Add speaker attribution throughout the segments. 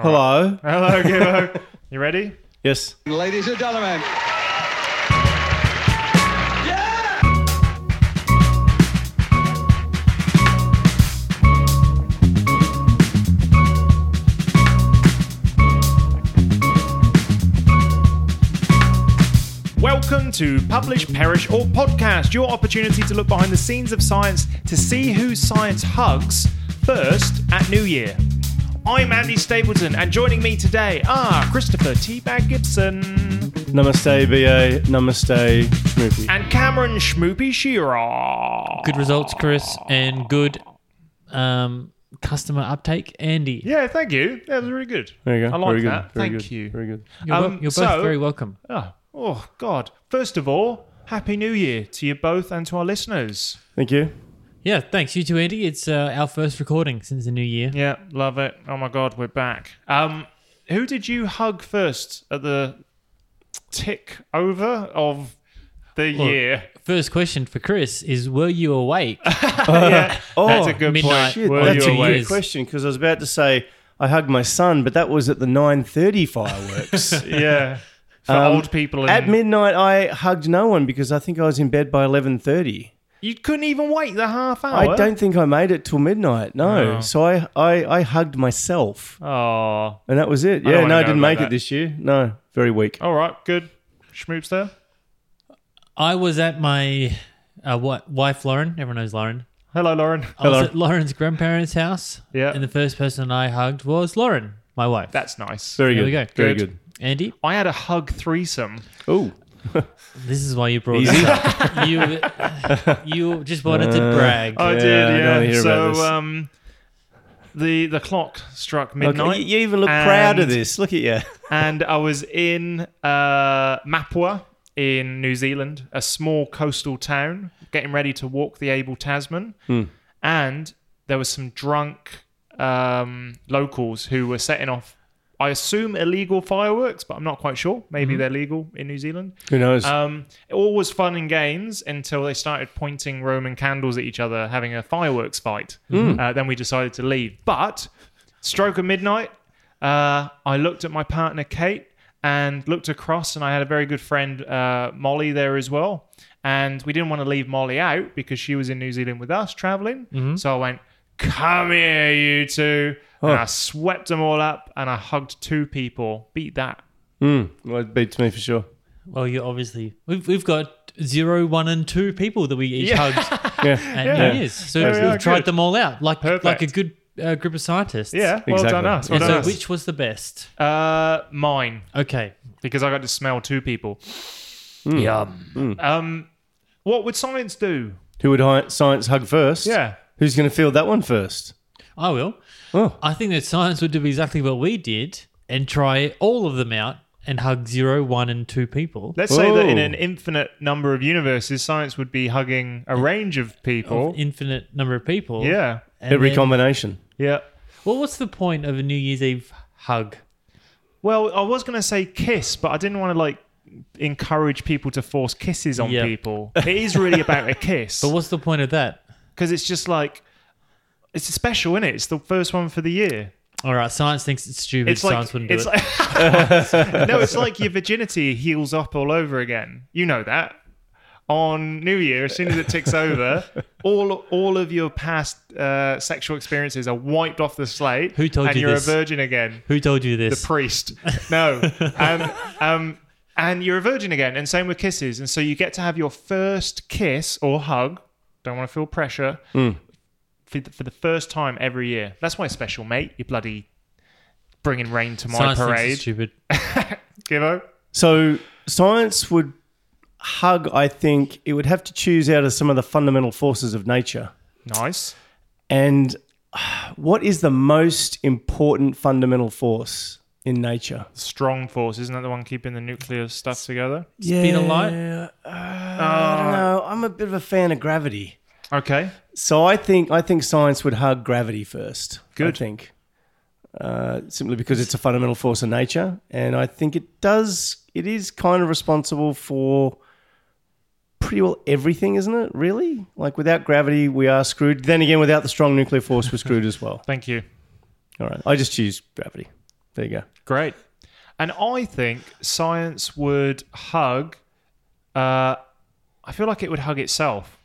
Speaker 1: Hello.
Speaker 2: Hello, Gibbo. you ready?
Speaker 1: Yes.
Speaker 3: Ladies and gentlemen.
Speaker 2: Welcome to Publish, Perish, or Podcast, your opportunity to look behind the scenes of science to see who science hugs first at New Year. I'm Andy Stapleton, and joining me today are Christopher Teabag Gibson
Speaker 1: Namaste, BA. Namaste, Smoothie.
Speaker 2: and Cameron Schmoopy Shearer.
Speaker 4: Good results, Chris, and good um, customer uptake, Andy.
Speaker 2: Yeah, thank you. That was really good.
Speaker 1: There you go.
Speaker 2: I like
Speaker 1: very good.
Speaker 2: that.
Speaker 1: Very
Speaker 2: thank
Speaker 1: good.
Speaker 2: you.
Speaker 1: Very good.
Speaker 4: You're, wel-
Speaker 2: Um,
Speaker 4: you're both
Speaker 2: so-
Speaker 4: very welcome.
Speaker 2: Oh, oh, God. First of all, Happy New Year to you both and to our listeners.
Speaker 1: Thank you.
Speaker 4: Yeah, thanks you too, Andy. It's uh, our first recording since the new year.
Speaker 2: Yeah, love it. Oh my god, we're back. Um, who did you hug first at the tick over of the
Speaker 1: Oh.
Speaker 4: Well,
Speaker 2: year?
Speaker 4: First question for Chris is: Were you awake?
Speaker 2: yeah,
Speaker 1: Oh,
Speaker 2: that's a good
Speaker 4: midnight.
Speaker 2: point.
Speaker 1: Shit,
Speaker 2: Were
Speaker 1: that's
Speaker 2: you
Speaker 1: a
Speaker 4: awake?
Speaker 1: good question because I was about to say I hugged my son, but that was at the 9.30 fireworks.
Speaker 2: Yeah, for
Speaker 1: Um,
Speaker 2: old people. And,
Speaker 1: at midnight, I hugged no one because I think I was in bed by 11.30.
Speaker 2: you couldn't even wait the half hour.
Speaker 1: I don't think I made it till midnight, no.
Speaker 2: No.
Speaker 1: So I, I, I hugged myself
Speaker 2: Oh,
Speaker 1: and that was it.
Speaker 2: I
Speaker 1: Yeah,
Speaker 2: don't wanna
Speaker 1: no, I
Speaker 2: know
Speaker 1: didn't
Speaker 2: about
Speaker 1: make
Speaker 2: that.
Speaker 1: it this year. No, very weak.
Speaker 2: all right, good. Schmoops there.
Speaker 4: I was at my uh, wi- wife Lauren. Everyone knows Lauren.
Speaker 2: Hello, Lauren.
Speaker 4: I was
Speaker 1: Hello.
Speaker 4: at Lauren's grandparents' house.
Speaker 2: Yeah.
Speaker 4: and the first person I hugged was Lauren, my wife.
Speaker 2: That's nice.
Speaker 1: Very
Speaker 4: There
Speaker 1: good.
Speaker 4: we go.
Speaker 1: Very
Speaker 2: Good.
Speaker 1: good.
Speaker 4: Andy,
Speaker 2: I had a hug threesome.
Speaker 1: Oh,
Speaker 4: this is why you brought
Speaker 1: Easy.
Speaker 4: this up. You, you just wanted
Speaker 2: Uh,
Speaker 4: to brag.
Speaker 2: I
Speaker 1: Yeah,
Speaker 2: did.
Speaker 1: I don't
Speaker 2: Yeah.
Speaker 1: wanna hear
Speaker 2: so
Speaker 1: about this.
Speaker 2: um, the the clock struck
Speaker 1: okay.
Speaker 2: midnight.
Speaker 1: You- you even look proud of
Speaker 2: and-
Speaker 1: this. Look at you.
Speaker 2: and I was in uh, Mapua in New Zealand, a small coastal town, getting ready to walk the Abel Tasman, and there was some drunk um, locals who were setting off. I assume illegal fireworks, but I'm not quite sure. Maybe they're legal in New Zealand.
Speaker 1: Who knows?
Speaker 2: Um, it all was fun and games until they started pointing Roman candles at each other, having a fireworks fight. Uh, then we decided to leave. But stroke of midnight, uh, I looked at my partner Kate and looked across, and I had a very good friend uh, Molly there as well. And we didn't want to leave Molly out because she was in New Zealand with us traveling. So I went, "Come here, you two. And I swept them all up, and I hugged two people. Beat that.
Speaker 1: Mm, well, it beats me for sure.
Speaker 4: Well, you obviously we've we've got zero, one, and two people that we each hugged
Speaker 1: Yeah.
Speaker 4: at
Speaker 2: Yeah.
Speaker 4: New Year's. So
Speaker 2: There we
Speaker 4: we've
Speaker 2: are,
Speaker 4: tried
Speaker 2: good.
Speaker 4: them all out, like like a
Speaker 2: Perfect.
Speaker 4: good uh, group of scientists.
Speaker 2: Yeah, well
Speaker 1: Exactly.
Speaker 2: done us. Well
Speaker 4: And
Speaker 2: done
Speaker 4: so,
Speaker 2: us.
Speaker 4: which was the best?
Speaker 2: Uh, mine
Speaker 4: Okay.
Speaker 2: because I got to smell two people. Hmm. Yum. Um, what would science do?
Speaker 1: Who would hi- science hug first?
Speaker 2: Yeah.
Speaker 1: Who's going to field that one first?
Speaker 4: I will.
Speaker 1: Oh,
Speaker 4: I think that science would do exactly what we did and try all of them out and hug zero, one, and two people.
Speaker 2: Let's say that in
Speaker 1: Whoa.
Speaker 2: an infinite number of universes, science would be hugging a range of people.
Speaker 4: Of infinite number of people.
Speaker 2: yeah,
Speaker 4: And
Speaker 1: every
Speaker 4: then-
Speaker 1: combination.
Speaker 2: yeah.
Speaker 4: Well, what's the point of a New Year's Eve hug?
Speaker 2: Well, I was gonna say kiss, but I didn't want to like encourage people to force kisses on
Speaker 4: Yeah.
Speaker 2: people. It is really about a kiss
Speaker 4: But what's the point of that?
Speaker 2: because it's just like it's special, is it? It's the first one for the year.
Speaker 4: All right, science thinks it's stupid.
Speaker 2: it's
Speaker 4: science
Speaker 2: like
Speaker 4: wouldn't do
Speaker 2: it's
Speaker 4: it.
Speaker 2: like no, it's like your virginity heals up all over again. You know that on New Year, as soon as it ticks over, all all of your past uh, sexual experiences are wiped off the slate.
Speaker 4: Who told
Speaker 2: and
Speaker 4: you
Speaker 2: you're
Speaker 4: this?
Speaker 2: a virgin again?
Speaker 4: Who told you
Speaker 2: The
Speaker 4: this?
Speaker 2: priest. No, um, um, and you're a virgin again. And same with kisses. And so you get to have your first kiss or hug. Don't want to feel pressure. For the, for the first time every year. That's why it's special, mate. You bloody bringing rain to my
Speaker 4: science thinks
Speaker 2: parade.
Speaker 4: it's stupid.
Speaker 2: Gibbo?
Speaker 1: So science would hug. I think it would have to choose out of some of the fundamental forces of nature.
Speaker 2: Nice.
Speaker 1: And ah, what is the most important fundamental force in nature?
Speaker 2: Strong force, isn't that the one keeping the nuclear stuff together?
Speaker 4: Speed of light?
Speaker 1: Yeah, uh, I don't know. I'm a bit of a fan of gravity.
Speaker 2: Okay.
Speaker 1: So I think I think science would hug gravity first.
Speaker 2: Good.
Speaker 1: I think uh, simply because it's a fundamental force of nature, and I think it does. It is kind of responsible for pretty well everything, isn't it? Really, like without gravity, we are screwed. Then again, without the strong nuclear force, we're screwed as well.
Speaker 2: Thank you.
Speaker 1: All right, I just choose gravity. There you go.
Speaker 2: Great. And I think science would hug. Uh, I feel like it would hug itself.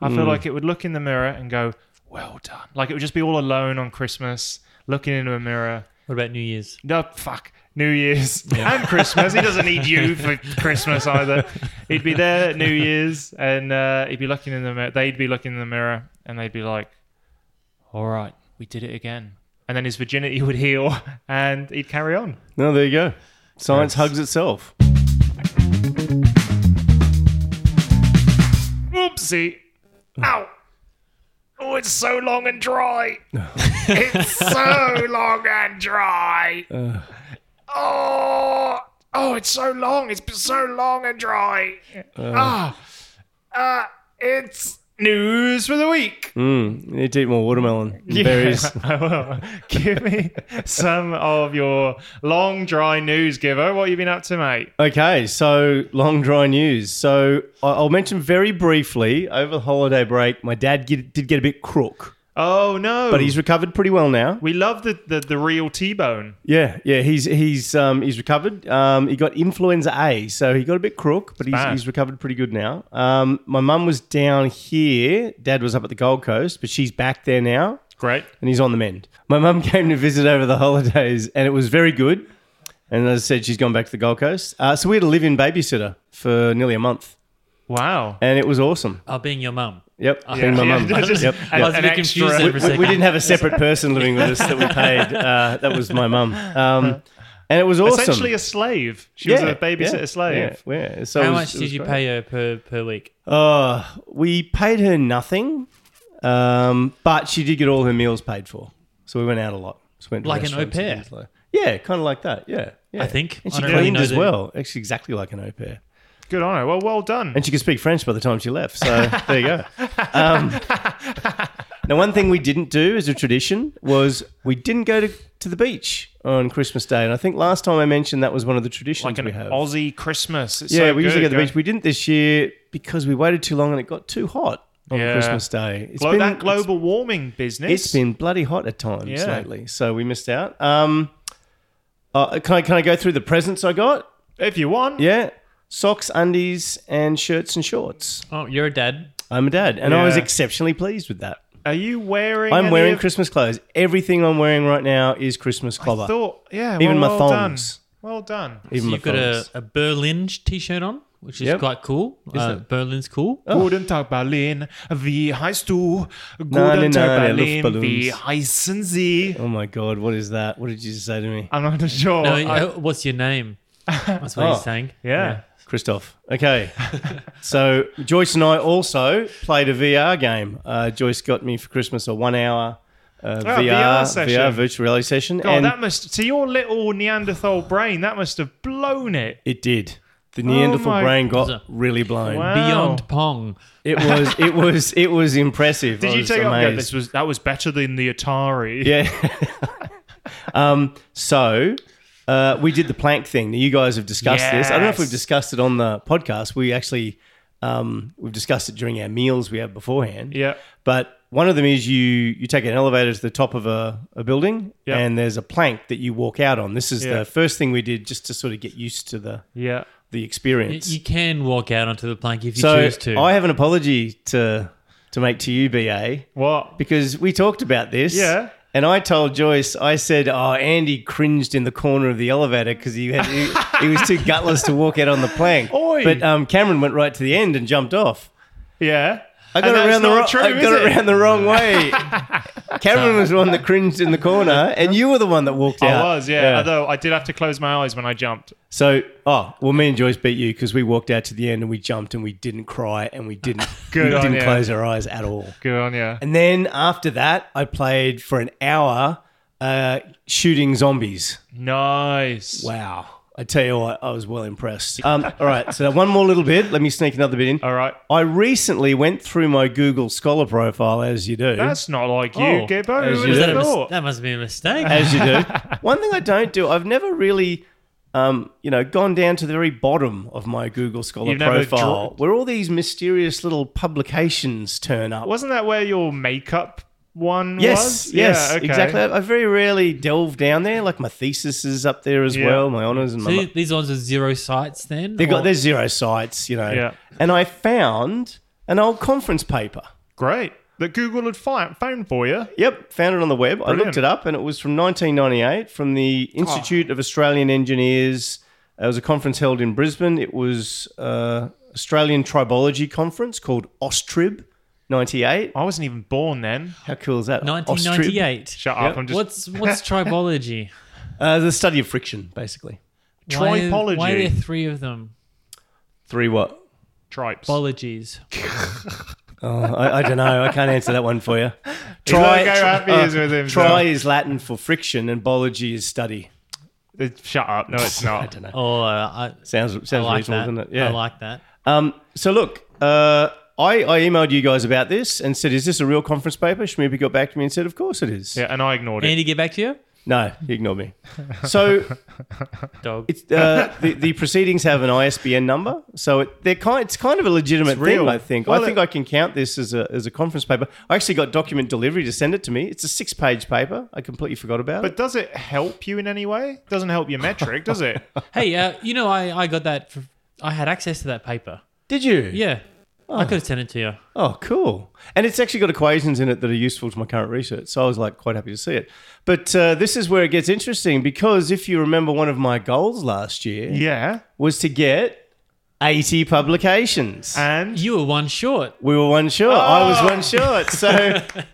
Speaker 2: I feel like it would look in the mirror and go, "Well done." Like it would just be all alone on Christmas, looking into a mirror.
Speaker 4: What about New Year's?
Speaker 2: No, fuck. New Year's and Christmas. He doesn't need you for Christmas either. He'd be there at New Year's and uh, he'd be looking in the mirror. They'd be looking in the mirror and they'd be like,
Speaker 4: All right.
Speaker 2: "We did it again." And then his virginity would heal and he'd carry on.
Speaker 1: No, there you go. Science hugs itself.
Speaker 2: Oopsie. Ow. Oh, it's so long and dry. it's so long and dry. Oh, oh, it's so long. It's been so long and dry. Ah, uh, it's news for the week.
Speaker 1: Mm, you need to eat more watermelon. and Berries.
Speaker 2: I will. Give me some of your long, dry news, Giver. What you been up to, mate?
Speaker 1: Okay, so long dry news. So I- I'll mention very briefly over the holiday break, my dad get, did get a bit crook,
Speaker 2: Oh, no.
Speaker 1: but he's recovered pretty well now.
Speaker 2: we love the, the, the real T-bone.
Speaker 1: Yeah, yeah, he's he's um, he's recovered. Um, he got influenza A, so he got a bit crook, but he's,
Speaker 2: bad.
Speaker 1: he's recovered pretty good now. Um, my mum was down here, dad was up at the Gold Coast, but she's back there now.
Speaker 2: Great.
Speaker 1: and he's on the mend. My mum came to visit over the holidays, and it was very good. And as I said, she's gone back to the Gold Coast. Uh, so we had a live-in babysitter for nearly a month,
Speaker 2: Wow.
Speaker 1: and it was awesome.
Speaker 4: Oh, being your mum.
Speaker 1: Yep, being my
Speaker 2: Oh, Yeah,
Speaker 1: mum.
Speaker 2: just-
Speaker 1: Yep, yep.
Speaker 2: an-
Speaker 4: was a
Speaker 2: an
Speaker 4: bit
Speaker 2: extra-
Speaker 4: confused there for a
Speaker 1: We,
Speaker 4: second.
Speaker 1: we didn't have a separate person living with us that we paid. Uh, that was my mum, um, and it was awesome.
Speaker 2: Essentially a slave. She was a babysitter
Speaker 1: yeah,
Speaker 2: slave.
Speaker 1: Yeah, yeah. So it
Speaker 4: How
Speaker 1: was-
Speaker 4: much
Speaker 1: it was
Speaker 4: did you
Speaker 1: great.
Speaker 4: pay her per, per week?
Speaker 1: Uh, we paid her nothing, um, but she did get all her meals paid for. So we went out a lot. So we went to
Speaker 4: Like an au
Speaker 1: restaurants and
Speaker 4: pair?
Speaker 1: things like- yeah, kind of like that. Yeah, yeah.
Speaker 4: I think.
Speaker 1: And
Speaker 4: I
Speaker 1: she
Speaker 4: don't
Speaker 1: cleaned
Speaker 4: really know
Speaker 1: as
Speaker 4: the-
Speaker 1: well. Actually, exactly like an au pair.
Speaker 2: Good on her. Well, well done.
Speaker 1: And she could speak French by the time she left. So there you go. Um, now, one thing we didn't do as a tradition was we didn't go to, to the beach on Christmas Day. And I think last time I mentioned that was one of the traditions
Speaker 2: Like an
Speaker 1: we have.
Speaker 2: Aussie Christmas. It's
Speaker 1: Yeah,
Speaker 2: so
Speaker 1: we usually
Speaker 2: good,
Speaker 1: go to the beach. We didn't this year because we waited too long and it got too hot on
Speaker 2: Yeah.
Speaker 1: Christmas Day. It's
Speaker 2: Glo- that
Speaker 1: it's-
Speaker 2: global warming business.
Speaker 1: it's been bloody hot at times
Speaker 2: Yeah.
Speaker 1: lately, so we missed out. Um, uh, can I can I go through the presents I got?
Speaker 2: If you want.
Speaker 1: Yeah, socks, undies, and shirts and shorts.
Speaker 4: Oh, you're a dad.
Speaker 1: I'm a dad, and I was
Speaker 2: Yeah.
Speaker 1: exceptionally pleased with that.
Speaker 2: Are you wearing?
Speaker 1: I'm
Speaker 2: any
Speaker 1: wearing
Speaker 2: of-
Speaker 1: Christmas clothes. Everything I'm wearing right now is Christmas clobber.
Speaker 2: Thought. Yeah.
Speaker 1: Even my
Speaker 2: well, well
Speaker 1: thongs.
Speaker 2: Done. Well done.
Speaker 1: Even
Speaker 4: So
Speaker 1: my
Speaker 4: you've got a,
Speaker 1: thongs.
Speaker 4: a Berlin t-shirt on, which is
Speaker 1: Yep. Oh,
Speaker 4: quite cool. Uh, Berlin's cool.
Speaker 2: Guten Tag Berlin. Wie heißt du? Guten
Speaker 1: Nein,
Speaker 2: Tag
Speaker 1: nein,
Speaker 2: Berlin.
Speaker 1: Luftballons.
Speaker 2: Wie heißen Sie?
Speaker 1: Oh my god, what is that? What did you just say to me,
Speaker 2: I'm not sure.
Speaker 4: No,
Speaker 2: I-
Speaker 4: uh, what's your name? That's what
Speaker 1: Oh.
Speaker 4: he's saying.
Speaker 2: yeah.
Speaker 1: Christoph? Okay, so Joyce and I also played a VR game. Uh, Joyce got me for Christmas a one-hour uh, VR
Speaker 2: VR
Speaker 1: VR,
Speaker 2: Ah, session.
Speaker 1: virtual reality session,
Speaker 2: God,
Speaker 1: and
Speaker 2: Oh, that must to your little Neanderthal brain. That must have blown it.
Speaker 1: It did. The Neanderthal
Speaker 2: Oh my-
Speaker 1: brain
Speaker 4: Was it-
Speaker 1: got really blown.
Speaker 2: Wow.
Speaker 4: Beyond Pong.
Speaker 1: It was it was it was impressive.
Speaker 2: Did
Speaker 1: I
Speaker 2: you
Speaker 1: was
Speaker 2: take it up? and go,
Speaker 1: amazed.
Speaker 2: This was that was better than the Atari.
Speaker 1: Yeah. um, so uh, we did the plank thing. Now, You guys have discussed this. I don't know if
Speaker 2: Yes.
Speaker 1: we've discussed it on the podcast. We actually um, we've discussed it during our meals we have beforehand.
Speaker 2: Yeah.
Speaker 1: But one of them is you you take an elevator to the top of a, a building
Speaker 2: Yeah.
Speaker 1: and there's a plank that you walk out on. This is
Speaker 2: Yeah.
Speaker 1: the first thing we did just to sort of get used to the
Speaker 2: Yeah.
Speaker 1: the
Speaker 4: You,
Speaker 1: experience.
Speaker 4: you can walk out onto the plank if you
Speaker 1: so
Speaker 4: choose to.
Speaker 1: I have an apology to to make to you, BA,
Speaker 2: What?
Speaker 1: because we talked about this.
Speaker 2: Yeah.
Speaker 1: And I told Joyce, I said, "Oh, Andy cringed in the corner of the elevator because he had he, he was too gutless to walk out on the plank."
Speaker 2: Oi.
Speaker 1: But um, Cameron went right to the end and jumped off.
Speaker 2: Yeah.
Speaker 1: I got it
Speaker 2: that's
Speaker 1: around the
Speaker 2: not
Speaker 1: wrong.
Speaker 2: true,
Speaker 1: I got
Speaker 2: is
Speaker 1: it
Speaker 2: it?
Speaker 1: around the wrong way. Cameron was the one that cringed in the corner, and you were the one that walked
Speaker 2: I
Speaker 1: out.
Speaker 2: was, yeah. Although I did have to close my eyes when I jumped.
Speaker 1: So, oh, well, me and Joyce beat you because we walked out to the end and we jumped and we didn't cry and we didn't
Speaker 2: Good
Speaker 1: we
Speaker 2: on
Speaker 1: didn't
Speaker 2: ya.
Speaker 1: close our eyes at all.
Speaker 2: Good on you.
Speaker 1: And then after that, I played for an hour uh, shooting zombies.
Speaker 2: Nice.
Speaker 1: Wow. I tell you what, I was well impressed. Um, all right, so one more little bit. Let me sneak another bit in.
Speaker 2: All right.
Speaker 1: I recently went through my Google Scholar profile, as you do.
Speaker 2: That's not like you,
Speaker 4: Oh.
Speaker 2: Gibbo. Who
Speaker 1: As you
Speaker 2: would
Speaker 4: Was
Speaker 1: do.
Speaker 4: that, a
Speaker 2: have
Speaker 4: mis-
Speaker 2: thought?
Speaker 4: that must be a mistake.
Speaker 1: as you do. One thing I don't do, I've never really, um, you know, gone down to the very bottom of my Google Scholar
Speaker 2: You've never
Speaker 1: profile,
Speaker 2: dropped-
Speaker 1: where all these mysterious little publications turn up.
Speaker 2: Wasn't that where your makeup one
Speaker 1: Yes,
Speaker 2: was?
Speaker 1: yes,
Speaker 2: yeah, okay.
Speaker 1: exactly. I I very rarely delve down there. Like my thesis is up there as
Speaker 2: Yeah.
Speaker 1: well, my honors and
Speaker 4: So
Speaker 1: my.
Speaker 4: these- these ones are zero sites then?
Speaker 1: They
Speaker 4: Or-
Speaker 1: got there's zero sites, you know.
Speaker 2: Yeah.
Speaker 1: And I found an old conference paper.
Speaker 2: Great. That Google had fi- found for you.
Speaker 1: Yep, found it on the web. I
Speaker 2: Brilliant.
Speaker 1: looked it up, and it was from 1998 from the Institute of Australian Engineers. It was a conference held in Brisbane. It was uh, Australian Tribology Conference called Austrib 98.
Speaker 2: I wasn't even born then.
Speaker 1: How cool is that? Austrib.
Speaker 4: 1998.
Speaker 2: Shut up. I'm just.
Speaker 4: What's what's tribology?
Speaker 1: Uh, the study of friction, basically.
Speaker 4: Why-
Speaker 2: Tripology.
Speaker 4: Why are there three of them?
Speaker 1: Three what?
Speaker 2: Tripes.
Speaker 4: Bologies.
Speaker 1: Oh, I, I don't know. I can't answer that one for you.
Speaker 2: like how happy he is with himself.
Speaker 1: Try is Latin for friction, and biology is study.
Speaker 2: Uh, Shut up. No, it's
Speaker 1: I
Speaker 2: not.
Speaker 1: don't know.
Speaker 4: Oh, uh, I,
Speaker 1: Sounds
Speaker 4: I
Speaker 1: sounds
Speaker 4: like
Speaker 1: reasonable,
Speaker 4: that.
Speaker 1: doesn't it? Yeah.
Speaker 4: I like that.
Speaker 1: um, so look, uh, I, I emailed you guys about this and said, "Is this a real conference paper?" Shmupi got back to me and said, "Of course it is."
Speaker 2: yeah, and I ignored it.
Speaker 4: Andy, get back to you.
Speaker 1: No, he ignored me. So
Speaker 4: Dog.
Speaker 1: it's, uh, the, the proceedings have an ISBN number, so it, they're kind. It's kind of a legitimate thing,
Speaker 2: real.
Speaker 1: I think.
Speaker 2: Well,
Speaker 1: I think I can count this as a as a conference paper. I actually got document delivery to send it to me. It's a six page paper. I completely forgot about it.
Speaker 2: But does it help you in any way? Doesn't help your metric, does it?
Speaker 4: hey, uh, you know, I, I got that. For, I had access to that paper.
Speaker 1: Did you?
Speaker 4: Yeah. I could have sent it to you.
Speaker 1: Oh, cool. And it's actually got equations in it that are useful to my current research. So I was like quite happy to see it. But uh, this is where it gets interesting because if you remember, one of my goals last year
Speaker 2: yeah.
Speaker 1: was to get 80 publications.
Speaker 2: And
Speaker 4: You were one short.
Speaker 1: we were one short. I was
Speaker 2: oh.
Speaker 1: one short. So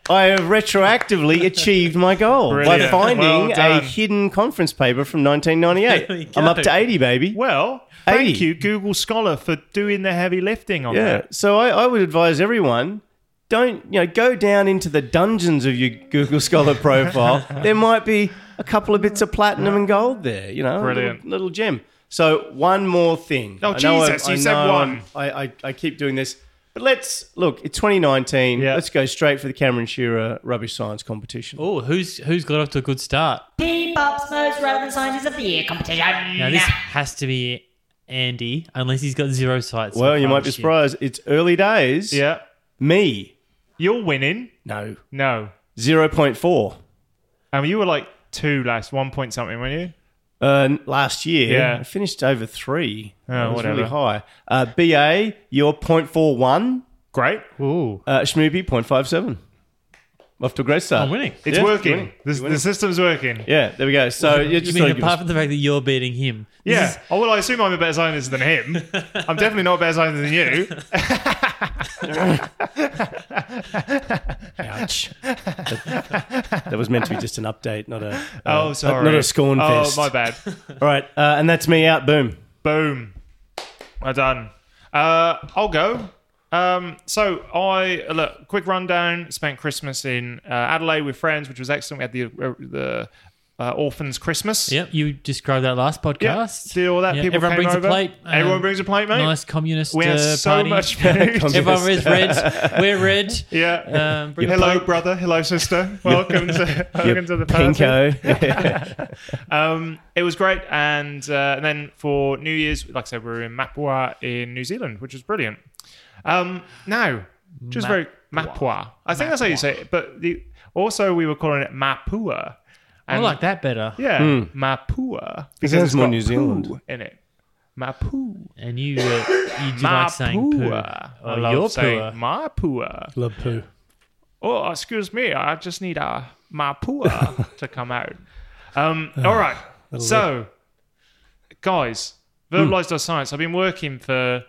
Speaker 1: I have retroactively achieved my goal by
Speaker 2: Brilliant. Well
Speaker 1: finding a
Speaker 2: done.
Speaker 1: hidden conference paper from
Speaker 4: There we
Speaker 1: 1998. I'm
Speaker 4: go.
Speaker 1: up to 80, baby.
Speaker 2: well, thank
Speaker 1: 80.
Speaker 2: you, Google Scholar, for doing the heavy lifting on
Speaker 1: Yeah.
Speaker 2: that.
Speaker 1: So I, I would advise everyone don't you know go down into the dungeons of your Google Scholar profile. there might be a couple of bits of platinum and gold there. You know, a
Speaker 2: Brilliant.
Speaker 1: little, little gem. So one more thing.
Speaker 2: Oh,
Speaker 1: I know
Speaker 2: Jesus, you said
Speaker 1: know
Speaker 2: one.
Speaker 1: I'm- I, I I keep doing this. But let's look. It's 2019.
Speaker 2: Yeah.
Speaker 1: Let's go straight for the Cameron Shearer Rubbish Science Competition.
Speaker 4: Oh, who's who's got off to a good start?
Speaker 3: Bebop's most relevant scientist of the year competition.
Speaker 4: Now this has to be Andy, unless he's got zero sites. so
Speaker 1: well, you
Speaker 4: far
Speaker 1: might be
Speaker 4: this year.
Speaker 1: surprised. It's early days.
Speaker 2: Yeah.
Speaker 1: Me.
Speaker 2: You're winning.
Speaker 1: No.
Speaker 2: No.
Speaker 1: Zero point four.
Speaker 2: I mean, you were like two last, one point something, weren't you?
Speaker 1: Uh, n- last year,
Speaker 2: Yeah.
Speaker 1: I finished over three.
Speaker 2: Oh,
Speaker 1: That was
Speaker 2: whatever.
Speaker 1: really high. Uh, BA, you're 0.41.
Speaker 2: Great.
Speaker 4: Ooh,
Speaker 1: Uh, Shmoopy, 0.57. Off to a great start.
Speaker 4: I'm winning.
Speaker 2: It's
Speaker 1: Yeah,
Speaker 2: working.
Speaker 1: you're winning.
Speaker 2: The- the system's working.
Speaker 1: Yeah, there we go. So you're just
Speaker 4: you
Speaker 1: sort
Speaker 4: mean
Speaker 1: of-
Speaker 4: apart from the fact that you're beating him? This
Speaker 2: Yeah.
Speaker 4: is-
Speaker 2: oh, well, I assume I'm a better scientist than him. I'm definitely not a better scientist than you.
Speaker 1: Ouch. that, that was meant to be just an update, not a. uh,
Speaker 2: Oh, sorry.
Speaker 1: Not a scorn
Speaker 2: oh,
Speaker 1: fest.
Speaker 2: my bad.
Speaker 1: All right, uh, and that's me out. Boom.
Speaker 2: Boom. Well done. Uh, I'll go. Um, so I look quick rundown. Spent Christmas in uh, Adelaide with friends, which was excellent. We had the uh, the uh, orphans' Christmas.
Speaker 4: Yep, you described that last
Speaker 2: Yeah,
Speaker 4: podcast.
Speaker 2: Did all that.
Speaker 4: Yeah,
Speaker 2: People
Speaker 4: everyone
Speaker 2: came
Speaker 4: brings
Speaker 2: over.
Speaker 4: a plate. um,
Speaker 2: Everyone brings a plate, mate.
Speaker 4: Nice communist
Speaker 2: We had
Speaker 4: uh,
Speaker 2: so
Speaker 4: party.
Speaker 2: much food.
Speaker 4: Everyone is red. We're red.
Speaker 2: yeah.
Speaker 4: Um, bring a
Speaker 2: Hello,
Speaker 4: plate.
Speaker 2: brother. Hello, sister. Welcome to welcome to the party.
Speaker 1: Pinko.
Speaker 2: Um, it was great, and, uh, and then for New Year's, like I said, we were in Mapua in New Zealand, which was brilliant. Um, now, just very Mapua. I think that's how you say it. But the, also, we were calling it Mapua.
Speaker 4: I
Speaker 2: And-
Speaker 4: like that better.
Speaker 2: Yeah, Mapua because
Speaker 1: sounds
Speaker 2: it's
Speaker 1: more
Speaker 2: got
Speaker 1: New Zealand.
Speaker 2: poo in it. Mapu.
Speaker 4: And you, uh, you do like saying poo.
Speaker 2: Mapua. I
Speaker 4: Oh, you're
Speaker 2: love saying
Speaker 4: poor.
Speaker 2: Mapua.
Speaker 1: Love poo.
Speaker 2: Oh, excuse me, I just need a Mapua to come out. Um,
Speaker 1: Ah,
Speaker 2: all right. So, guys,
Speaker 1: Hmm.
Speaker 2: verbalized our science. I've been working for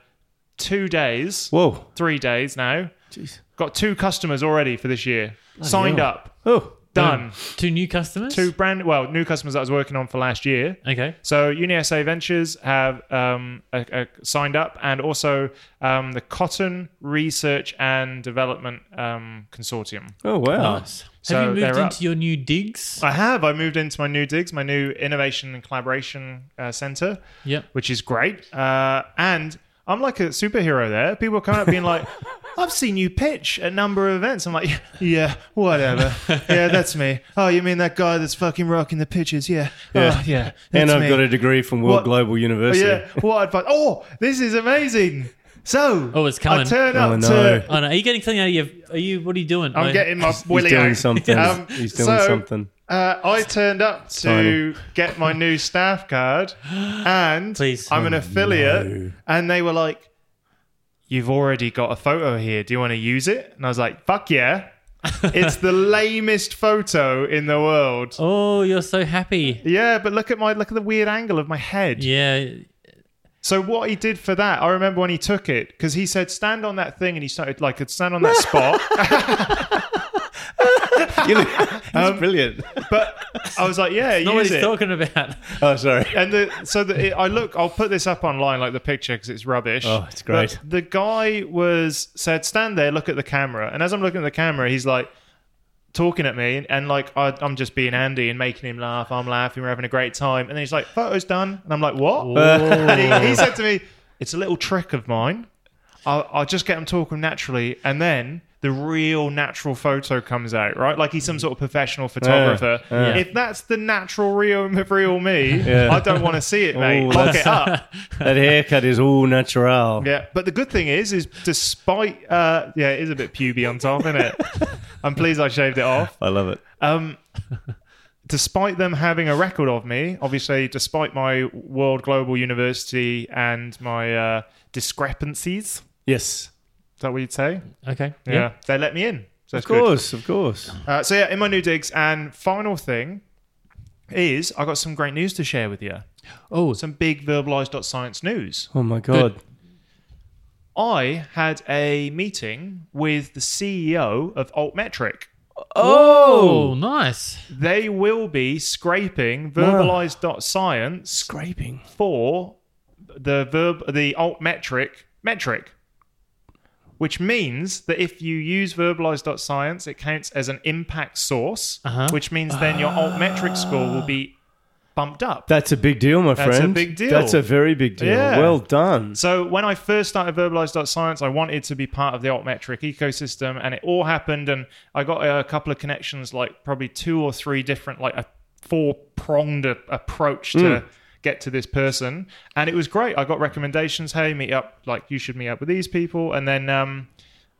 Speaker 2: two days,
Speaker 1: Whoa.
Speaker 2: three days now.
Speaker 1: Jeez.
Speaker 2: Got two customers already for this year. Signed
Speaker 1: hell.
Speaker 2: up,
Speaker 1: Oh.
Speaker 2: done.
Speaker 4: Two new customers.
Speaker 2: Two brand well new customers that I was working on for last year.
Speaker 4: Okay.
Speaker 2: So UniSA Ventures have um, uh, uh, signed up, and also um, the Cotton Research and Development um, Consortium.
Speaker 1: Oh, wow.
Speaker 4: Nice.
Speaker 2: So
Speaker 4: Have you moved
Speaker 2: they're
Speaker 4: into
Speaker 2: up.
Speaker 4: your new digs?
Speaker 2: I have. I moved into my new digs, my new innovation and collaboration uh, center,
Speaker 4: Yep.
Speaker 2: which is great. Uh, and I'm like a superhero there. People are coming up being like, I've seen you pitch at a number of events. I'm like, yeah, whatever. Yeah, that's me. Oh, you mean that guy that's fucking rocking the pitches? Yeah.
Speaker 1: Yeah.
Speaker 2: Oh, yeah.
Speaker 1: and
Speaker 2: that's
Speaker 1: I've
Speaker 2: me.
Speaker 1: got a degree from World
Speaker 2: What-
Speaker 1: Global
Speaker 2: Oh,
Speaker 1: University.
Speaker 2: yeah. What advice? Oh, this is amazing. So
Speaker 4: Oh, it's coming.
Speaker 2: I turn
Speaker 1: Oh,
Speaker 2: up
Speaker 1: no.
Speaker 2: to.
Speaker 4: Oh no, are you getting something out of your? Are you? What are you doing?
Speaker 2: I'm
Speaker 4: Oh,
Speaker 2: getting my
Speaker 1: He's
Speaker 2: willy
Speaker 1: doing
Speaker 2: out.
Speaker 1: something.
Speaker 2: Um,
Speaker 1: He's doing
Speaker 2: so,
Speaker 1: something.
Speaker 2: Uh, I turned up to
Speaker 1: Tiny.
Speaker 2: get my new staff card, and
Speaker 4: Please.
Speaker 2: I'm an affiliate,
Speaker 1: Oh, no.
Speaker 2: and they were like, "You've already got a photo here. Do you want to use it?" And I was like, "Fuck yeah!" it's the lamest photo in the world.
Speaker 4: Oh, you're so happy.
Speaker 2: Yeah, but look at my look at the weird angle of my head.
Speaker 4: Yeah.
Speaker 2: So what he did for that, I remember when he took it because he said, "Stand on that thing," and he started like, "Could stand on that spot."
Speaker 1: You know, He's
Speaker 2: Um,
Speaker 1: brilliant.
Speaker 2: But I was like, "Yeah,
Speaker 4: Not what
Speaker 2: use
Speaker 4: he's
Speaker 2: it."
Speaker 4: talking about.
Speaker 1: Oh, sorry.
Speaker 2: and the, so the, it, I look, I'll put this up online, like the picture, because it's rubbish.
Speaker 1: Oh, it's great.
Speaker 2: But the guy was said, stand there, look at the camera, and as I'm looking at the camera, he's like talking at me, and, and like I, I'm just being Andy and making him laugh. I'm laughing, we're having a great time, and then he's like, photo's done, and I'm like, what? And he, he said to me, it's a little trick of mine. I'll, I'll just get him talking naturally, and then. The real natural photo comes out, right? Like he's some sort of professional photographer.
Speaker 1: yeah.
Speaker 2: If that's the natural real, real me,
Speaker 1: Yeah.
Speaker 2: I don't want to see it, mate.
Speaker 1: Ooh,
Speaker 2: Lock
Speaker 1: that's-
Speaker 2: it up.
Speaker 1: That haircut is all natural.
Speaker 2: Yeah, but the good thing is, is despite, uh, yeah, it is a bit puby on top, isn't it? I'm pleased I shaved it off.
Speaker 1: I love it.
Speaker 2: Um, despite them having a record of me, obviously, despite my World Global University and my uh, discrepancies,
Speaker 1: Yes.
Speaker 2: is that what you'd say?
Speaker 4: Okay.
Speaker 2: Yeah, they let me in. So
Speaker 1: Of
Speaker 2: that's good.
Speaker 1: course, of course.
Speaker 2: Uh, so yeah, in my new digs. And final thing is, I got some great news to share with you.
Speaker 4: Oh,
Speaker 2: Some big verbalized.science news.
Speaker 1: Oh my god.
Speaker 2: I had a meeting with the CEO of Altmetric.
Speaker 4: oh, nice.
Speaker 2: They will be scraping verbalized.science
Speaker 1: scraping.
Speaker 2: for the verb the altmetric metric. Which means that if you use verbalized.science, it counts as an impact source,
Speaker 4: Uh-huh.
Speaker 2: which means then your altmetric score will be bumped up.
Speaker 1: That's a big deal, my
Speaker 2: That's a
Speaker 1: friend.
Speaker 2: big deal.
Speaker 1: That's a very big deal.
Speaker 2: Yeah.
Speaker 1: Well done.
Speaker 2: So when I first started Verbalize.science, I wanted to be part of the altmetric ecosystem, and it all happened. And I got a couple of connections, like probably two or three different, like a four pronged approach to
Speaker 1: Hmm.
Speaker 2: get to this person, and it was great. I got recommendations. Hey, meet up. Like you should meet up with these people, and then. Um,